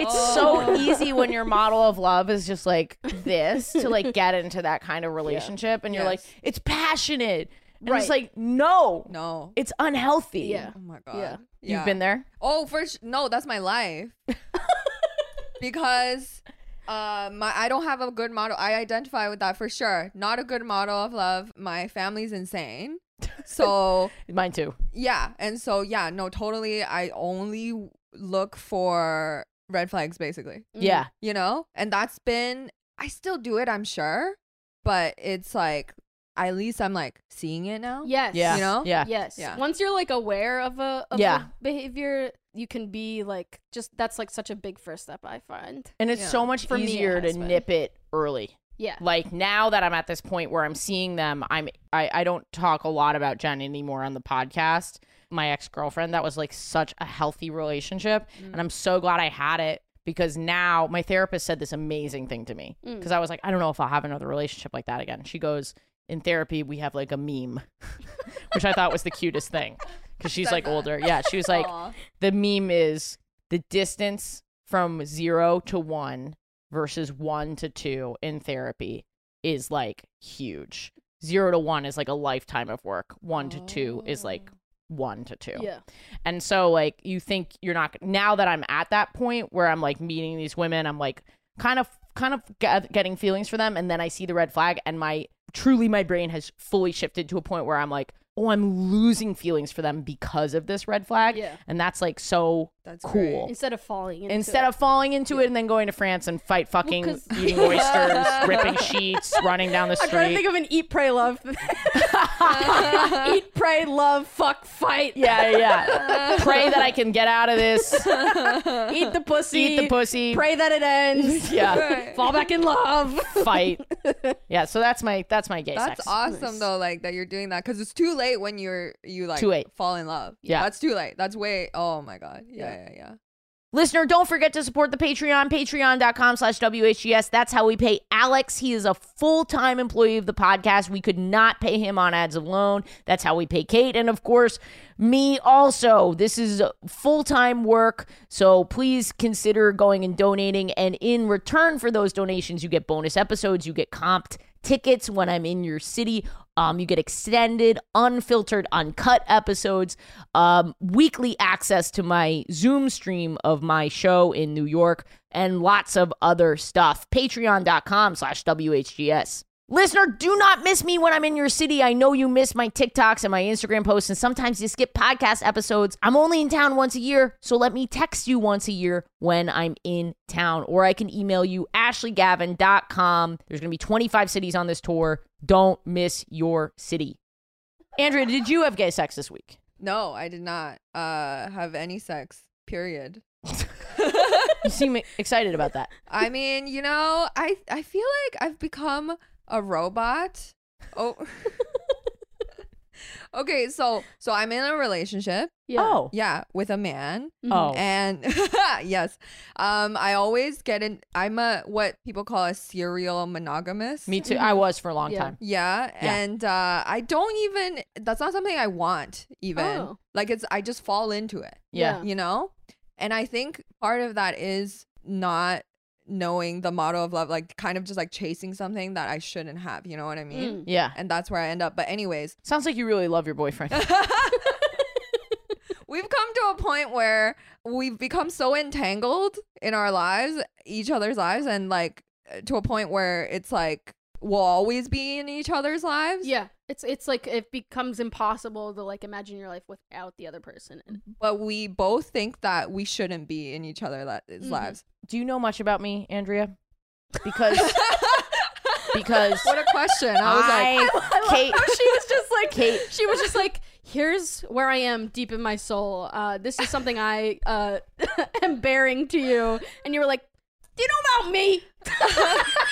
It's
Oh.
so easy when your model of love is just like this to like get into that kind of relationship and you're like,
Yes.
it's passionate. And it's
Right.
like, no,
No.
it's unhealthy.
Yeah.
Oh my god.
Yeah.
You've been there?
Oh, for sh- no, that's my life. because uh, my I don't have a good model. I identify with that for sure. Not a good model of love. My family's insane. So
Mine too.
yeah, and so yeah, no, totally. I only look for red flags, basically.
Mm. Mm-hmm.
Yeah.
You know, and that's been. I still do it, I'm sure, but it's like at least I'm like seeing it now.
yes.
Yeah.
You know?
Yeah.
Yes.
Yeah.
Once you're like aware of a of
Yeah.
a behavior, you can be like just that's like such a big first step I find.
And it's
Yeah.
so much
For me, it
easier to
has been.
nip it early.
Yeah.
Like now that I'm at this point where I'm seeing them, I'm I, I don't talk a lot about Jen anymore on the podcast. My ex girlfriend, that was like such a healthy relationship. And I'm so glad I had it because now my therapist said this amazing thing to me. Because I was like, I don't know if I'll have another relationship like that again. She goes, In therapy, we have like a meme, which I thought was the cutest thing. Because she's like older. Yeah. She was like,
Aw.
the meme is the distance from zero to one versus one to two in therapy is like huge. Zero to one is like a lifetime of work. One to two is like one to two.
Yeah.
And so like you think you're not now that I'm at that point where I'm like meeting these women, I'm like kind of kind of get, getting feelings for them and then I see the red flag and my truly my brain has fully shifted to a point where I'm like oh, I'm losing feelings for them because of this red flag.
Yeah.
And that's like so
That's
cool.
Instead of falling into
Instead
it.
of falling into it and then going to France and fight fucking,
'cause-
eating oysters, ripping sheets, running down the
I'm
street.
trying to think of an eat, pray, love. eat, pray, love, fuck, fight.
Yeah, Uh, yeah. Pray that I can get out of this.
Eat the pussy.
Eat the pussy.
Pray that it ends.
Yeah.
Fall back in love.
Fight. Yeah. So that's my that's my gay
That's
sex.
awesome though, like that you're doing that because it's too late when you're you like
Too late.
fall in love.
Yeah.
that's too late. That's way. Oh my god. Yeah, yeah, yeah.
Listener, don't forget to support the Patreon, patreon.com slash WHGS. That's how we pay Alex. He is a full time employee of the podcast. We could not pay him on ads alone. That's how we pay Kate. And of course, me also. This is full time work. So please consider going and donating. And in return for those donations, you get bonus episodes, you get comped tickets when I'm in your city. Um, you get extended, unfiltered, uncut episodes, um, weekly access to my Zoom stream of my show in New York, and lots of other stuff. Patreon.com slash WHGS. Listener, do not miss me when I'm in your city. I know you miss my TikToks and my Instagram posts, and sometimes you skip podcast episodes. I'm only in town once a year, so let me text you once a year when I'm in town, or I can email you ashleygavin.com. There's going to be 25 cities on this tour. Don't miss your city. Andrea, did you have gay sex this week?
No, I did not uh have any sex. Period.
You seem excited about that.
I mean, you know, I I feel like I've become a robot. Oh. okay, so so I'm in a relationship.
Yeah. Mm-hmm.
Oh.
Yeah, with a man.
Oh.
And yes, um, I always get in. I'm a what people call a serial monogamous.
Me too. I was for a long
Yeah.
time.
Yeah,
Yeah.
and uh, I don't even. That's not something I want. Even
Oh.
like it's. I just fall into it.
Yeah.
You know, and I think part of that is not knowing the model of love, like kind of just like chasing something that I shouldn't have. You know what I mean?
Mm.
Yeah.
And that's where I end up. But anyways,
Sounds like you really love your boyfriend.
we've come to a point where we've become so entangled in our lives, each other's lives, and like to a point where it's like we'll always be in each other's lives.
Yeah. It's it's like it becomes impossible to like imagine your life without the other person. And
Mm-hmm.
but we both think that we shouldn't be in each other's
Mm-hmm.
Mhm.
lives.
Do you know much about me, Andrea? Because because
What a question! I was like,
Kate
she was just like
Kate.
she was just like here's where i am deep in my soul uh this is something i uh am bearing to you and you were like "Do you know about me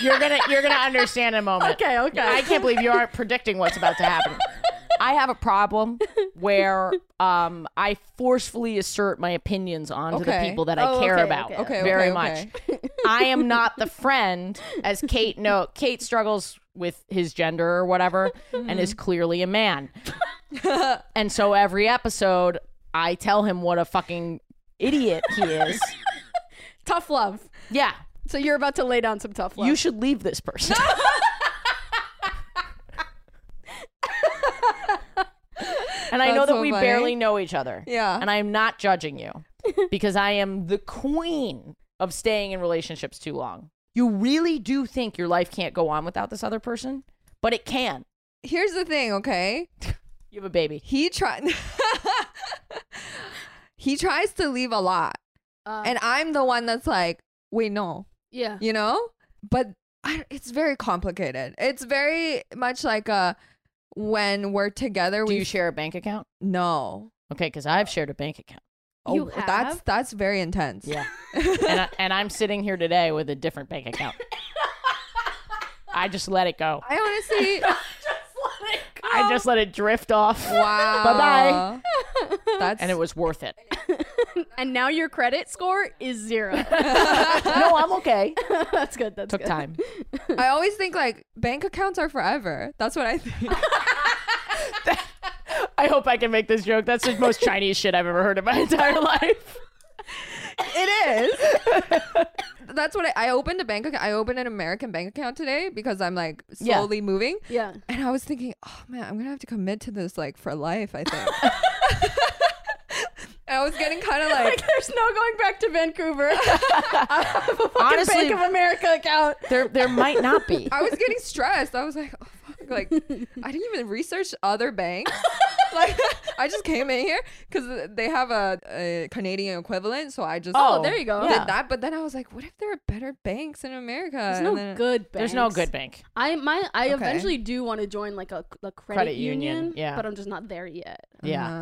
you're gonna you're gonna understand in a moment.
okay okay
Uh, I can't believe you aren't predicting what's about to happen. I have a problem where um, I forcefully assert my opinions onto the
Okay.
people that I
Oh,
care
okay,
about
okay,
okay,
very
okay.
much. I am not the friend, as Kate no Kate struggles with his gender or whatever, and is clearly a man. and so every episode, I tell him what a fucking idiot he is.
tough love
Yeah,
so you're about to lay down some tough love
you should leave this person. and I know
That's
that
so
we
funny.
barely know each other.
Yeah.
And I am not judging you because I am the queen of staying in relationships too long. You really do think your life can't go on without this other person, but it can.
here's the thing, okay?
You have a baby.
He tried. he tries to leave a lot,
uh,
and I'm the one that's like, wait, no,
yeah
you know. But I, it's very complicated. It's very much like a when we're together,
Do
we
you share a bank account?
no.
Okay, because I've shared a bank account.
Oh,
You
that's
have?
that's very intense.
Yeah. and, I, and I'm sitting here today with a different bank account. I just let it go.
I honestly.
I just let it drift off.
Wow. bye. That's
And it was worth it.
and now your credit score is zero
no, I'm okay.
that's good that's
Took
good
time.
I always think like bank accounts are forever. That's what I think.
I hope I can make this joke. That's the most Chinese shit I've ever heard in my entire life.
it is. That's what I, I opened a bank account. I opened an American bank account today because I'm like
Yeah.
slowly moving.
yeah
And I was thinking, oh man, I'm gonna have to commit to this like for life. I think. I was getting kind of like,
like there's no going back to vancouver I have a fucking
Honestly-
bank of america account
There, there might not be.
I was getting stressed. I was like, oh, fuck. like I didn't even research other banks. like I just came in here because they have a, a Canadian equivalent, so I just
Oh,
did
there you go.
yeah.
that. But then I was like, what if there are better banks in America?
There's
And
no
then-
good.
There's no
banks.
good bank.
I my I
Okay.
eventually do want to join like a, a credit,
Credit union,
union,
yeah.
but I'm just not there yet.
Yeah.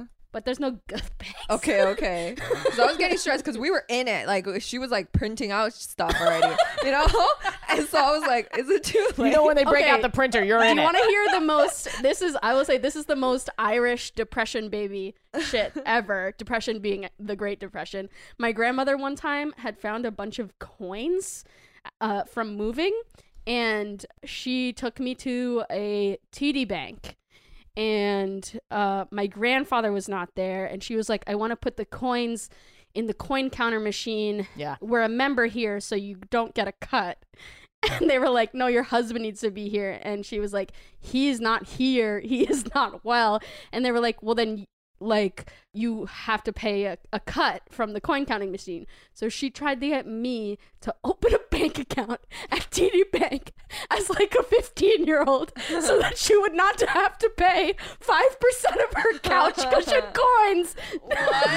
Uh,
But there's no good banks.
Okay, okay. So I was getting stressed because we were in it. Like she was like printing out stuff already, you know. And so I was like, "Is it too late?"
You know when they break
Okay.
out the printer, you're
Do
in
you
it.
want to hear the most? This is I will say this is the most Irish depression baby shit ever. Depression being the Great Depression. My grandmother one time had found a bunch of coins uh, from moving, and she took me to a TD bank. And uh, my grandfather was not there, and she was like, "I want to put the coins in the coin counter machine.
Yeah.
We're a member here, so you don't get a cut." And they were like, no, your husband needs to be here. And she was like, he's not here. He is not well. And they were like, well, then, like, you have to pay a, a cut from the coin counting machine. So she tried to get me to open a bank account at TD Bank as like a 15 year old so that she would not have to pay 5% of her couch cushion coins.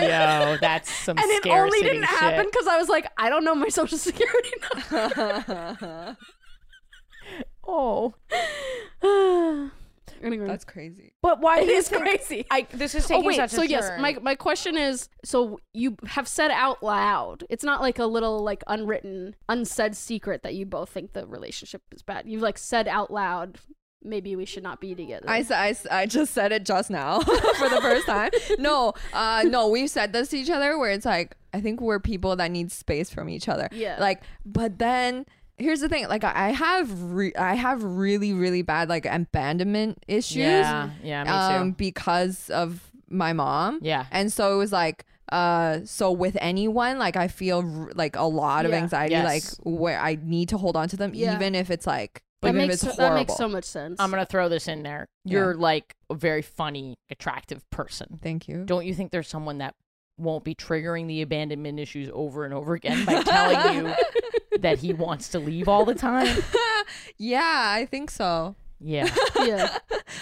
Yo, that's some
and it
scarcity
only didn't
shit.
happen because I was like, I don't know my social security number.
Oh,
Anyway.
That's crazy.
but why
it is crazy.
I, this is
Oh
taking
wait,
such a
so yes,
turn.
my my question is, so you have said out loud. It's not like a little like unwritten, unsaid secret that you both think the relationship is bad. You've like said out loud, maybe we should not be together.
I, s- I, s- I just said it just now for the first time. No, uh, no, we've said this to each other where it's like, I think we're people that need space from each other.
Yeah.
Like, but then here's the thing. Like, I I have, re- I have really, really bad like abandonment issues.
yeah, yeah, me too.
um, because of my mom.
Yeah.
And so it was like, uh, so with anyone, like I feel r- like a lot of
Yeah.
anxiety,
Yes.
like where I need to hold on to them,
Yeah.
even if it's like,
that
even if
makes
it's
so,
horrible.
that makes so much sense.
I'm gonna throw this in there. You're like a very funny, attractive person.
Thank you.
Don't you think there's someone that won't be triggering the abandonment issues over and over again by telling you that he wants to leave all the time?
yeah, I think so.
Yeah,
yeah,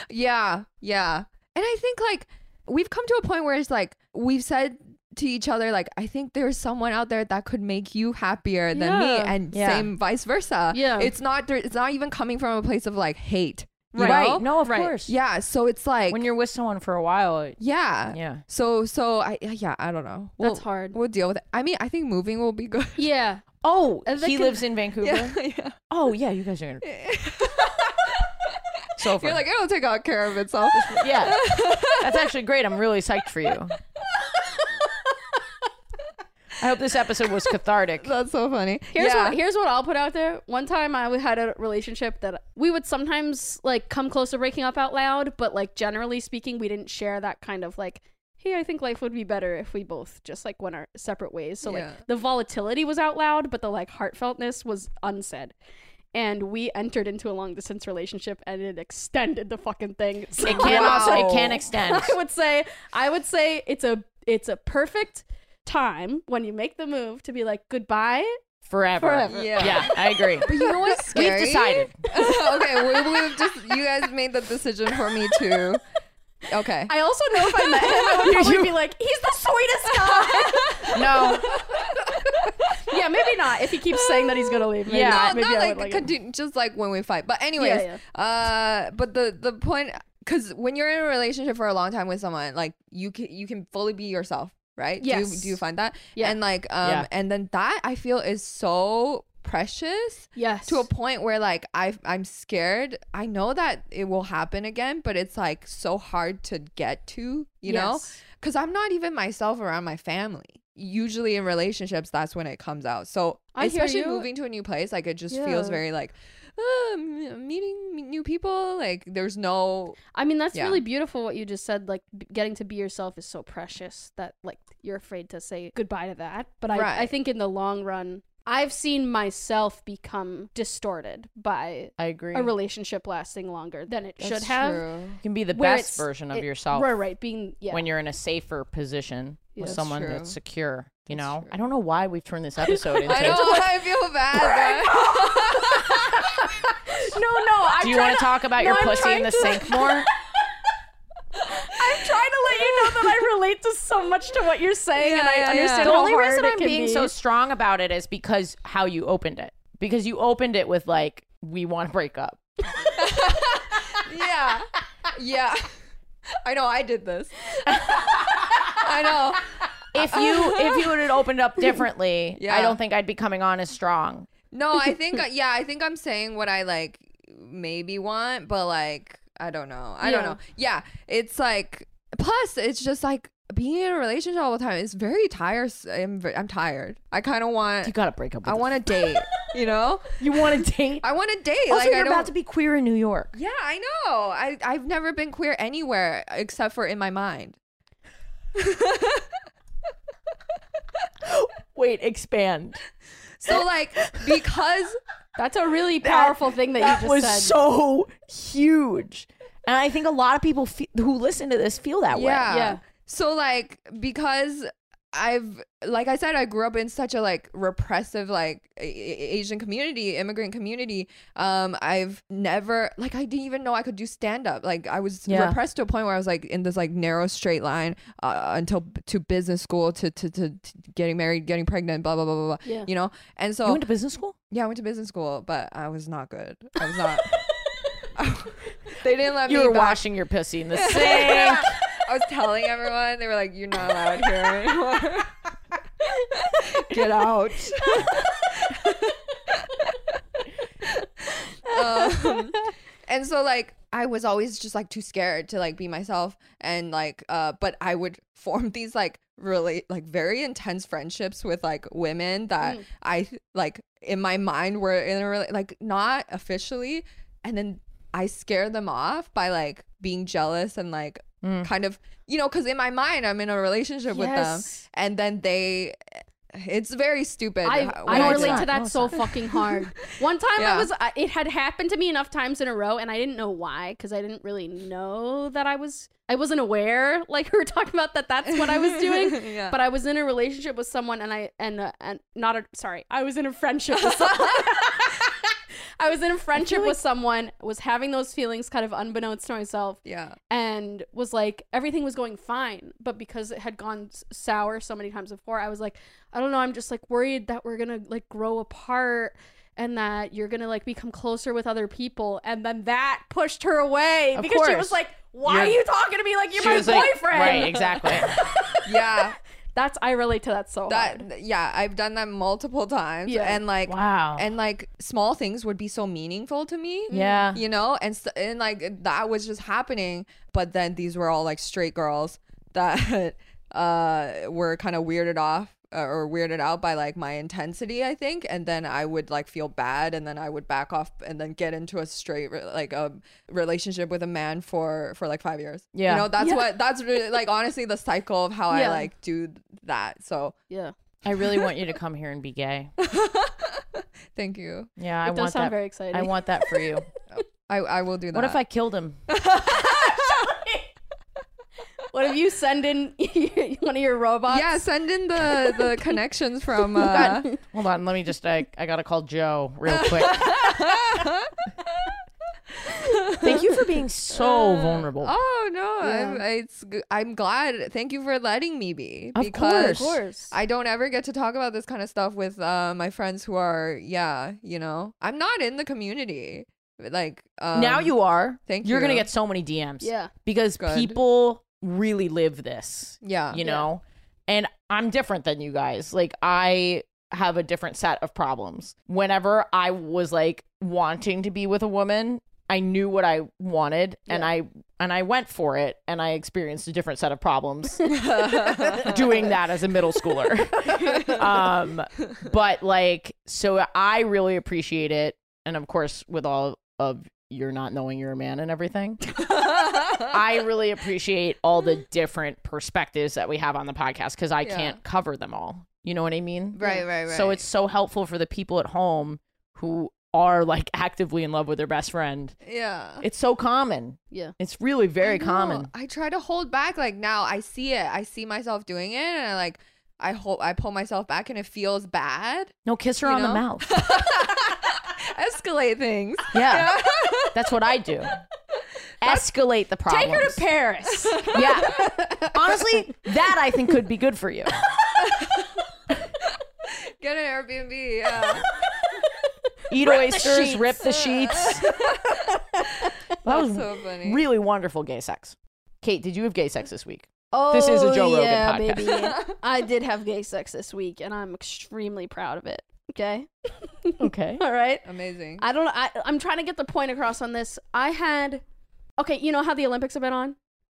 Yeah, yeah. And I think like we've come to a point where it's like we've said to each other like I think there's someone out there that could make you happier than me
Yeah.
and
Yeah.
same vice versa.
Yeah.
It's not there, it's not even coming from a place of like hate. you
right.
know?
No, of
Right.
course.
Yeah, so it's like
when you're with someone for a while, it-
yeah.
yeah.
So so I yeah, I don't know. We'll,
that's hard.
We'll deal with it. I mean, I think moving will be good.
Yeah,
Oh,
And they
he
can-
lives in Vancouver.
yeah.
Oh yeah, you guys are gonna. So
You're like it'll take out care of itself.
yeah, that's actually great. I'm really psyched for you. I hope this episode was cathartic.
That's so funny.
Here's
yeah.
what here's what I'll put out there. One time I had a relationship that we would sometimes like come close to breaking up out loud, but like generally speaking, we didn't share that kind of like, hey, I think life would be better if we both just like went our separate ways. So
Yeah.
like the volatility was out loud, but the like heartfeltness was unsaid. And we entered into a long distance relationship and it extended the fucking thing. So
It can also
Wow.
it can extend.
I would say I would say it's a it's a perfect time when you make the move to be like goodbye
Forever.
Forever.
Yeah.
Yeah.
I agree.
But you know what's scary?
We've decided.
okay, we, we've just you guys made the decision for me too. Okay.
I also know if I met him, I would probably be like, he's the sweetest guy.
No.
yeah, maybe not. If he keeps saying that he's gonna leave, maybe
Yeah.
not.
no,
Maybe
not
I
like,
would like. it.
continue, just like when we fight. But anyways,
Yeah,
uh, but the the point, because when you're in a relationship for a long time with someone, like you can you can fully be yourself, right? Do you,
Yes.
do you find that?
Yeah.
And like um,
Yeah.
and then that I feel is so precious
Yes.
to a point where like I I'm scared. I know that it will happen again, but it's like so hard to get to, you know?
Yes.
Cuz I'm not even myself around my family. Usually in relationships that's when it comes out. So
I hear
especially
you.
moving to a new place, like it just feels
Yeah.
very like uh, m- meeting new people, like there's no
I mean, that's
Yeah.
really beautiful what you just said. Like, b- getting to be yourself is so precious that, like, you're afraid to say goodbye to that. But I, I
Right.
think in the long run, I've seen myself become distorted by
I agree.
a relationship lasting longer than it should
That's
have.
true.
you can be the
Where
best
it's-
version of
it-
yourself
Right, right. Being, yeah.
when you're in a safer position
Yeah.
with
That's
someone
true.
that's secure. You
That's
know?
true.
I don't know why we've turned this episode into
I know I feel bad. but-
no, no. I'm
Do you
trying
want to talk about
no,
your
I'm
pussy in
trying
the
to-
sink more?
that I relate to so much to what you're saying, and
Yeah,
I
yeah, yeah.
understand.
the
how
only
hard
reason
it
I'm
can
being
be.
so strong about it is because how you opened it. Because you opened it with like, we want to break up.
yeah. Yeah. I know I did this. I know.
If you if you had opened up differently, I
Yeah.
don't think I'd be coming on as strong.
No, I think uh, yeah, I think I'm saying what I like maybe want, but like I don't know. I don't
Yeah.
know. Yeah, it's like plus it's just like being in a relationship all the time is very tiresome. I'm, ve- I'm tired. I kind of
You
want
gotta break up. With
I want a date, you know?
a- you want to date.
I want a date.
also,
like
you're
I don't
about to be queer in New York.
Yeah, I know. I I've never been queer anywhere except for in my mind.
Wait, expand.
So like because
That's a really
That-
powerful thing that,
that
you
was
just said.
so huge, and I think a lot of people fe- who listen to this feel that way.
yeah.
Yeah.
So like because I've like I said I grew up in such a like repressive like a- a- Asian community, immigrant community. Um I've never like I didn't even know I could do stand up. Like I was
Yeah.
repressed to a point where I was like in this like narrow straight line uh, until to business school to, to to to getting married, getting pregnant, blah blah blah blah. blah,
Yeah.
You know? And so
You went to business school.
yeah, I went to business school, but I was not good. I was not They didn't let
You
me
were
back
washing your pussy in the sink.
I was telling everyone, they were like, "You're not allowed here anymore. Get out." um, and so, like, I was always just like too scared to like be myself, and like, uh, but I would form these like really like very intense friendships with like women that
Mm.
I like in my mind were in a rela- like not officially, and then I scare them off by like being jealous and like
Mm.
kind of you know because in my mind I'm in a relationship with them
Yes.
and then they it's very stupid
I,
how- when
I
do
relate
not. No,
to that
it's
so
not.
fucking hard. One time
Yeah.
I was, I, it had happened to me enough times in a row, and I didn't know why because I didn't really know that I was, I wasn't aware. Like we were talking about that, that's what I was doing.
Yeah.
But I was in a relationship with someone, and I and uh, and not a sorry, I was in a friendship with someone. I was in a friendship with someone, was having those feelings kind of unbeknownst to myself,
yeah
and was like everything was going fine but because it had gone s- sour so many times before i was like i don't know i'm just like worried that we're gonna like grow apart and that you're gonna like become closer with other people and then that pushed her away
Of
because she
course.
was like why are
You're-
you talking to me like you're
She
my
was like-
boyfriend
right, exactly.
yeah
that's i relate to that so hard.
that yeah I've done that multiple times
Yeah.
and like
Wow.
and like small things would be so meaningful to me
Yeah.
you know and s and like that was just happening but then these were all like straight girls that uh were kind of weirded off uh, or weirded out by like my intensity i think and then i would like feel bad and then i would back off and then get into a straight re- like a relationship with a man for for like five years
Yeah.
you know that's
Yeah.
what that's really like honestly the cycle of how i
Yeah.
like do that so
yeah
I really want you to come here and be gay.
thank you
Yeah, I
it
want
does sound
that.
very exciting
I want that for you.
i i will do that
What if I killed him?
what if you send in one of your robots
yeah send in the the connections from uh
Hold on, let me just. I, I gotta call Joe real quick. Thank you for being so vulnerable.
Oh no, I'm,
Yeah.
it's g- I'm glad. Thank you for letting me be
Of
of
course.
course
I don't ever get to talk about this kind of stuff with uh, my friends who are yeah, you know. I'm not in the community. Like um,
now you are.
thank
You're gonna
you.
get so many DMs.
yeah
Because
Good.
people really live this.
yeah.
you know and i'm different than you guys like i have a different set of problems whenever i was like wanting to be with a woman i knew what i wanted and i and i went for it and i experienced a different set of problems doing that as a middle schooler um but like so i really appreciate it and of course with all of your not knowing you're a man and everything I really appreciate all the different perspectives that we have on the podcast because I
Yeah.
can't cover them all. You know what I mean?
Right, right, right.
So it's so helpful for the people at home who are like actively in love with their best friend.
yeah.
It's so common.
Yeah.
It's really very
I know.
common.
I try to hold back. Like now, I see it. I see myself doing it, and I like. I hope I pull myself back, and it feels bad.
No, kiss her
You
on the
know?
mouth.
Escalate things.
Yeah. That's what I do. escalate the problem.
Take her to Paris.
Yeah. Honestly, that I think could be good for you.
Get an Airbnb. Yeah.
Eat oysters, rip the sheets. that was
That's so funny.
really wonderful gay sex. Kate, did you have gay sex this week?
Oh,
This is a Joe Rogan
yeah,
podcast.
Baby. I did have gay sex this week, and I'm extremely proud of it. Okay.
Okay.
All right.
Amazing.
I don't. I, I'm trying to get the point across on this. I had. Okay, you know how the Olympics have been on,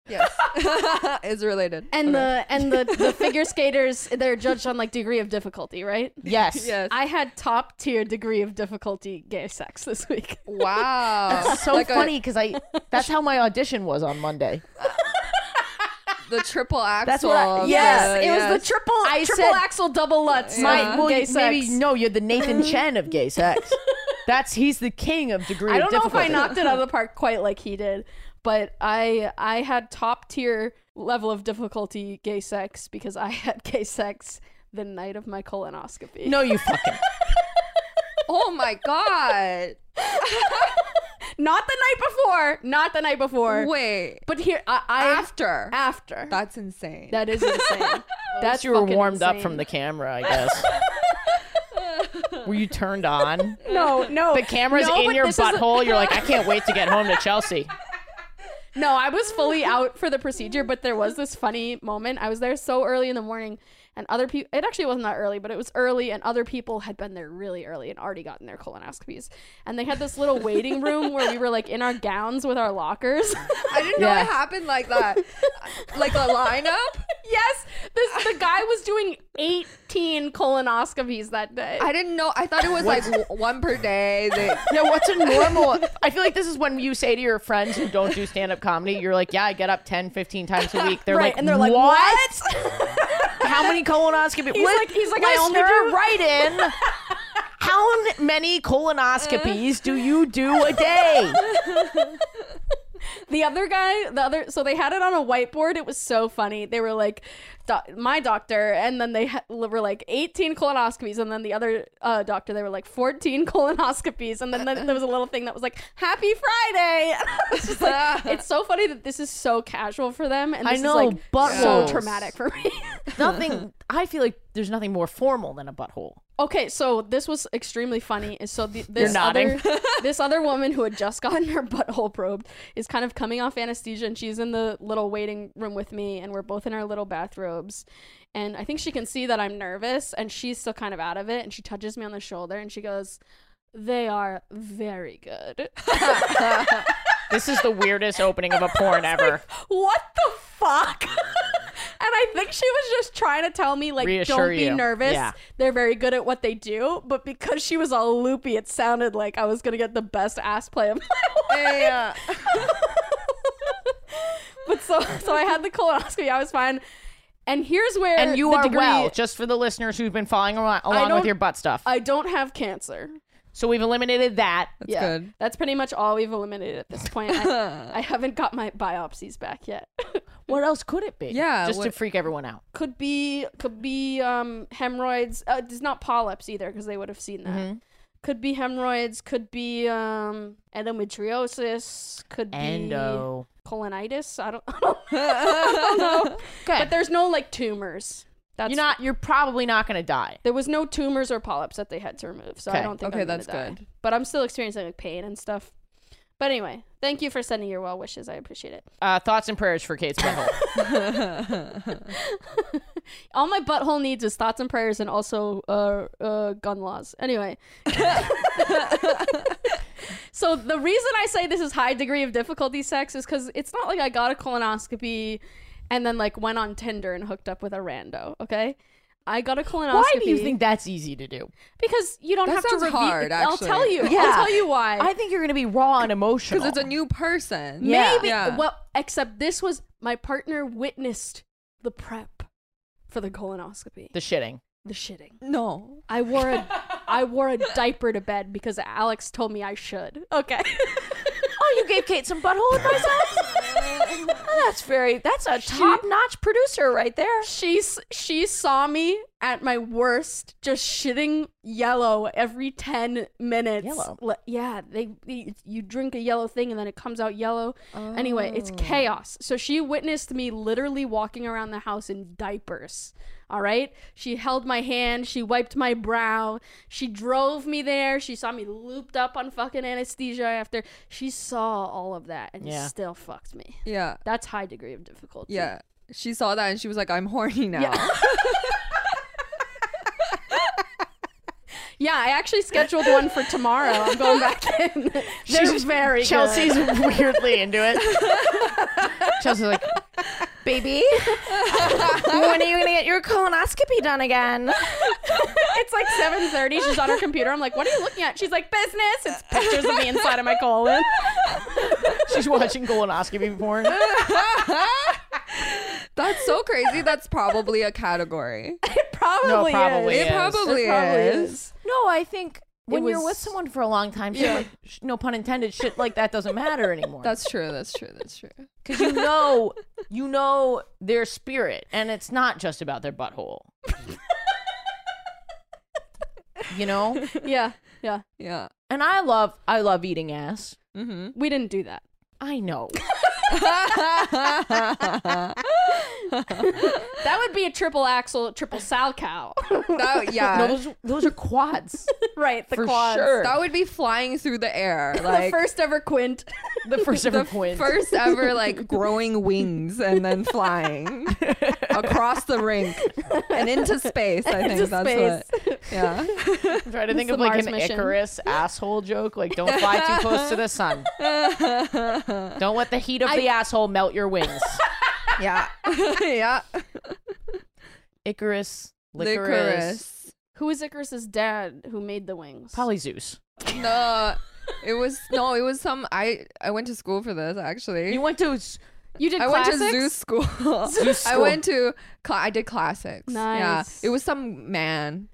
yes. it's related.
and
Okay.
the and the the figure skaters they're judged on like degree of difficulty, right?
Yes.
Yes.
I had top tier degree of difficulty gay sex this week.
wow.
That's so
Like a-
funny because I that's how my audition was on Monday.
the triple axle.
That's what I-
of
yes,
the-
it
yes.
was the triple
I
triple
said-
axle double lutz.
Yeah.
My
My
well,
gay
you-
sex.
maybe no, you're the Nathan Chen of gay sex. That's he's the king of degree.
I
of
don't know if I
difficulty.
knocked it out of the park quite like he did, but I I had top tier level of difficulty gay sex because I had gay sex the night of my colonoscopy.
No, you fucking.
Oh my god.
not the night before, not the night before.
Wait.
But here I, I
After.
after
That's insane.
that is insane. That's
That's you were
fucking
warmed up
insane.
from the camera, I guess. were you turned on?
no no
The camera's
No,
in
but
your
this is a-
butthole. You're like, I can't wait to get home to Chelsea.
No, I was fully out for the procedure, but there was this funny moment. I was there so early in the morning, and other people, it actually wasn't that early, but it was early, and other people had been there really early and already gotten their colonoscopies. And they had this little waiting room where we were like in our gowns with our lockers.
I didn't know
Yeah.
it happened like that. like a lineup?
yes, this, the guy was doing 18 colonoscopies that day.
I didn't know. I thought it was like w- one per day. They,
Yeah, what's a normal? I feel like this is when you say to your friends who don't do stand up comedy, you're like, yeah, I get up 10, 15 times a week. They're
Right,
like,
and they're like,
How many colonoscopies?
He's like- he's like, "I only do-"
right in. How n- many colonoscopies do you do a day?
The other guy, the other, so they had it on a whiteboard. It was so funny. They were like, "Doc- my doctor, and then they ha- were like 18 colonoscopies, and then the other uh, doctor, they were like 14 colonoscopies, and then, then there was a little thing that was like, Happy Friday. And I was just like, it's so funny that this is so casual for them, and
I
this
know,
is like so
buttholes.
traumatic for me.
Nothing. I feel like there's nothing more formal than a butthole.
Okay, so this was extremely funny. Is So the, this
nodding.
other this other woman who had just gotten her butthole probed is kind of coming off anesthesia, and she's in the little waiting room with me, and we're both in our little bathrobes, and I think she can see that I'm nervous, and she's still kind of out of it, and she touches me on the shoulder, and she goes, "They are very good."
This is the weirdest opening of a porn ever.
what the fuck? and I think she was just trying to tell me, like,
Reassure
don't be
you.
nervous.
Yeah.
They're very good at what they do. But because she was all loopy, it sounded like I was going to get the best ass play of my life.
uh,
yeah.
but so, so I had the colonoscopy. I was fine. And here's where
and you
the
are
degree-
well, just for the listeners who've been following along,
I
along with
don't-
your butt stuff.
I don't have cancer.
so we've eliminated that.
That's good.
that's pretty much all we've eliminated at this point. I, I haven't got my biopsies back yet.
What else could it be?
Yeah,
Just to
what-
freak everyone out.
could be could be um hemorrhoids uh, it's not polyps either because they would have seen that
Mm-hmm.
could be hemorrhoids could be um endometriosis could
Endo.
be colonitis i don't, I don't
Okay.
but there's no like tumors that's
you're not you're probably not gonna die.
there was no tumors or polyps that they had to remove so i
Okay.
don't think
Okay,
I'm gonna
that's
die.
good.
but i'm still experiencing like pain and stuff but anyway thank you for sending your well wishes i appreciate it
Uh, thoughts and prayers for Kate's butthole.
all my butthole needs is thoughts and prayers and also uh, uh, gun laws. Anyway. so the reason I say this is high degree of difficulty sex is because it's not like I got a colonoscopy and then like went on Tinder and hooked up with a rando, okay? I got a colonoscopy.
Why do you think that's easy to do?
Because you don't
That
have to
sounds
review.
hard,
I'll
actually.
tell you. I'll tell you why.
I think you're gonna be raw and emotional.
Because it's a new person.
Yeah.
Maybe.
Yeah.
Well, except this was my partner witnessed the prep for the colonoscopy,
the shitting.
the shitting.
No.
I wore a I wore a diaper to bed because Alex told me I should. Okay.
Oh, you gave Kate some butthole advice. Alex? that's very. That's a top notch producer right there.
she s- she saw me at my worst just shitting yellow every 10 minutes.
Yellow?
Le- Yeah, they, they you drink a yellow thing and then it comes out yellow. Anyway, it's chaos. So she witnessed me literally walking around the house in diapers. All right? She held my hand, she wiped my brow, she drove me there, she saw me looped up on fucking anesthesia after. She saw all of that and
Yeah.
still fucked me.
Yeah.
That's high degree of difficulty.
Yeah. She saw that and she was like, I'm horny now.
Yeah, I actually scheduled one for tomorrow. I'm going back in. They're
She's-
very
Chelsea's
good.
weirdly into it. Chelsea's like, baby, when are you gonna get your colonoscopy done again?
It's like 7:30. She's on her computer. I'm like, "What are you looking at?" She's like, "Business." It's pictures of the inside of my colon.
She's watching colonoscopy porn.
That's so crazy. That's probably a category.
No,
Probably.
probably
is.
is.
It probably,
It probably
is.
is.
No, I think when you're
was-
with someone for a long time, shit
Yeah.
like, sh- no pun intended, shit like that doesn't matter anymore.
That's true. That's true. That's true.
Because you know, you know their spirit, and it's not just about their butthole. you know,
Yeah, yeah.
Yeah.
and I love, I love eating ass.
Mm-hmm.
We didn't do that.
I know.
That would be a triple axle, triple sal cow.
that, yeah.
No, those those are quads
right, the
for
quads.
sure.
that would be flying through the air. Like
the first ever quint.
the first ever point.
first ever like growing wings and then flying across the rink and into space. I think
Into
that's what. Yeah.
I'm trying to think
the
of like
Mars
an
mission.
Icarus asshole joke. Like, don't fly too close to the sun. don't let the heat of the asshole melt your wings.
Yeah. yeah.
Icarus, licorice,
Licorice.
Who is Icarus's dad who made the wings?
probably Zeus.
No. It was no, it was some I I went to school for this actually.
You went to s-
You did
I
classics?
went to zoo school.
Zeus
I
school.
went to cla I did classics.
Nice.
Yeah. It was some man.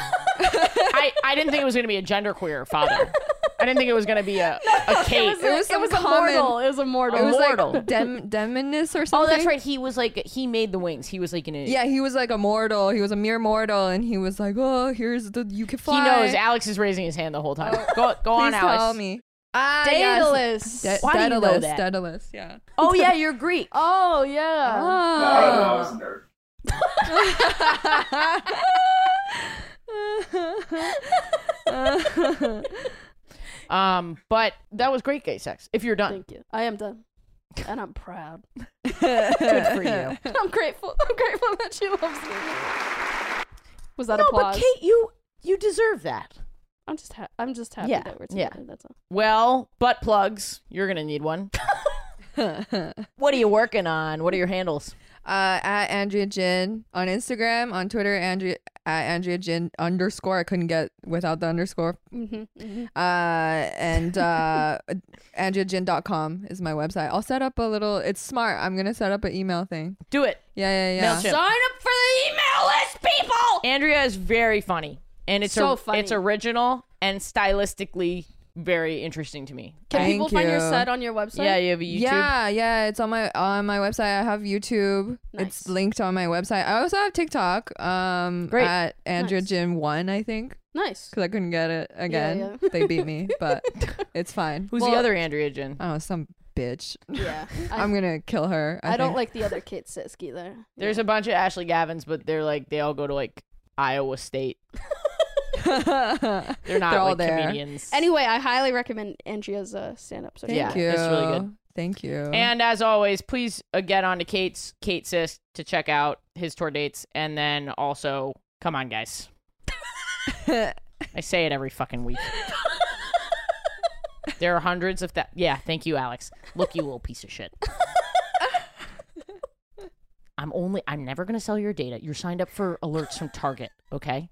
I, I didn't think it was going to be a genderqueer father. I didn't think it was going to be a, a Kate.
It was some
it was
common-
a mortal. It was a mortal.
It was
Immortal.
like Dem- Demonis or something.
oh, that's right. He was like, he made the wings. He was like an
Yeah, he was like a mortal. He was a mere mortal, and he was like, "Oh, here's the you can
He
fly."
knows. Alex is raising his hand the whole time. go go
Please
on, Alex.
tell me. Ah, yes.
Daedalus.
De-
Why do you know
Daedalus,
that?
Daedalus, yeah.
Oh, yeah, you're Greek.
oh yeah.
I don't know.
Oh.
I was a nerd.
Um, But that was great gay sex, if you're done.
Thank you. I am done. And I'm proud.
Good for you.
I'm grateful. I'm grateful that she loves me. Was that
no, but
applause?
Kate, you you deserve that.
I'm just ha- I'm just happy
Yeah,
that we're
yeah.
together. That's all.
Well, butt plugs. You're going to need one. what are you working on? What are your handles?
uh, at Andrea Jin on Instagram, on Twitter, Andrea at Andrea Jin underscore. I couldn't get without the underscore.
Mm-hmm,
Uh, and uh, AndreaJin.com is my website. I'll set up a little. It's smart. I'm gonna set up an email thing.
Do it.
Yeah, yeah, yeah.
MailChimp.
Sign up for the email list, people.
Andrea is very funny, and it's
So
or-
funny.
It's original and stylistically very interesting to me.
Can
Thank
people find your
you.
set on your website?
yeah, you have a YouTube.
Yeah, yeah, it's on my on my website. I have YouTube.
Nice.
It's linked on my website. I also have TikTok. Um,
Great.
at Andrea
Nice.
Jin One, I think,
Nice.
because I couldn't get it again.
yeah.
They beat me, but it's fine.
Who's the other Andrea Jin?
Oh, some bitch.
Yeah. I,
I'm gonna kill her. I,
I don't
think.
like the other Kate Sisk either.
There's a bunch of Ashley Gavins, but they're like they all go to like Iowa State. They're not
They're all
like
there.
comedians.
Anyway, I highly recommend Andrea's uh, stand up. So
Thank
Yeah,
you.
it's really good.
Thank you.
And as always, please uh, get on to Kate's Kate Sis to check out his tour dates, and then also come on, guys. I say it every fucking week. There are hundreds of that. Yeah, thank you, Alex. Look, you little piece of shit. I'm only. I'm never gonna sell your data. You're signed up for alerts from Target. Okay.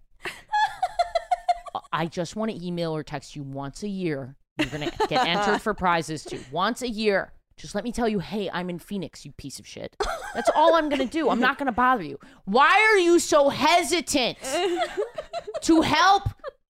I just want to email or text you once a year. You're gonna get entered for prizes too. Once a year. Just let me tell you, hey, I'm in Phoenix, you piece of shit. That's all I'm gonna do. I'm not gonna bother you. Why are you so hesitant to help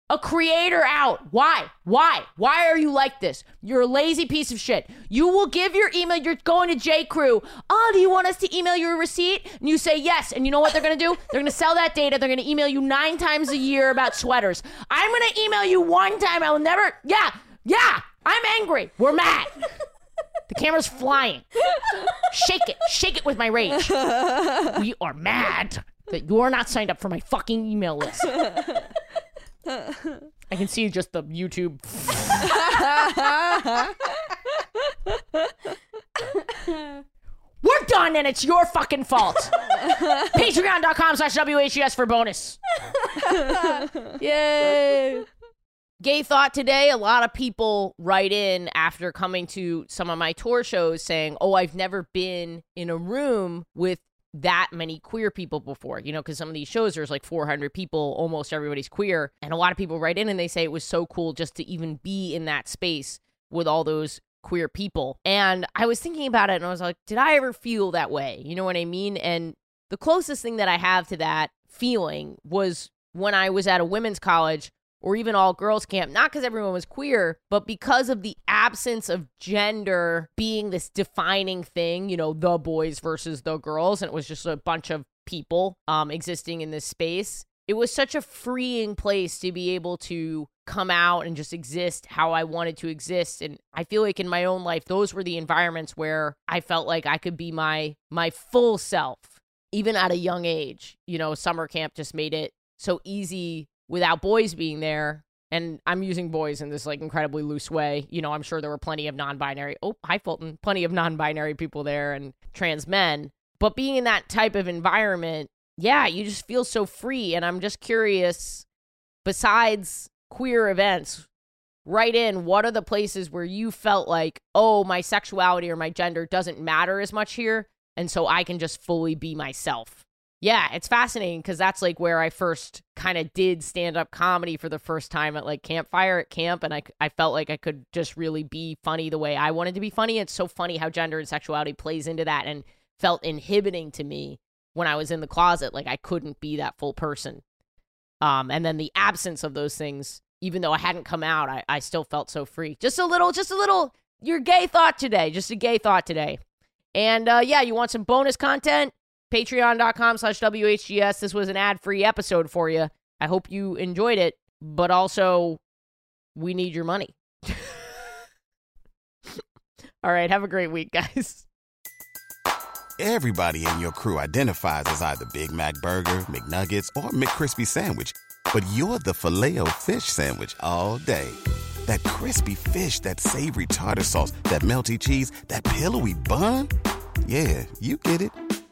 a creator out. Why? Why? Why are you like this? You're a lazy piece of shit. You will give your email. You're going to J. Crew. Oh, do you want us to email you a receipt? And you say yes. And you know what they're gonna do? They're gonna sell that data. They're gonna email you nine times a year about sweaters. I'm gonna email you one time. I will never. Yeah, yeah. I'm angry. We're mad. The camera's flying. Shake it. Shake it with my rage. We are mad that you're not signed up for my fucking email list. I can see just the YouTube. We're done and it's your fucking fault. Patreon.com slash WHES for bonus.
Yay.
Gay thought today, a lot of people write in after coming to some of my tour shows saying, Oh, I've never been in a room with that many queer people before, you know, because some of these shows there's like 400 people, almost everybody's queer. And a lot of people write in and they say it was so cool just to even be in that space with all those queer people. And I was thinking about it and I was like, did I ever feel that way? You know what I mean? And the closest thing that I have to that feeling was when I was at a women's college or even all girls camp, not because everyone was queer, but because of the absence of gender being this defining thing, you know, the boys versus the girls. And it was just a bunch of people um, existing in this space. It was such a freeing place to be able to come out and just exist how I wanted to exist. And I feel like in my own life, those were the environments where I felt like I could be my my full self, even at a young age. You know, summer camp just made it so easy without boys being there and i'm using boys in this like incredibly loose way you know i'm sure there were plenty of non-binary oh hi fulton plenty of non-binary people there and trans men but being in that type of environment yeah you just feel so free and i'm just curious besides queer events write in what are the places where you felt like oh my sexuality or my gender doesn't matter as much here and so i can just fully be myself yeah, it's fascinating because that's like where I first kind of did stand up comedy for the first time at like campfire at camp. And I, I felt like I could just really be funny the way I wanted to be funny. It's so funny how gender and sexuality plays into that and felt inhibiting to me when I was in the closet. Like I couldn't be that full person. Um, and then the absence of those things, even though I hadn't come out, I, I still felt so free. Just a little, just a little, your gay thought today, just a gay thought today. And uh, yeah, you want some bonus content? patreon.com slash whgs this was an ad-free episode for you i hope you enjoyed it but also we need your money all right have a great week guys
Everybody in your crew identifies as either Big Mac Burger, McNuggets, or McCrispy Sandwich. But you're the filet fish Sandwich all day. That crispy fish, that savory tartar sauce, that melty cheese, that pillowy bun. Yeah, you get it.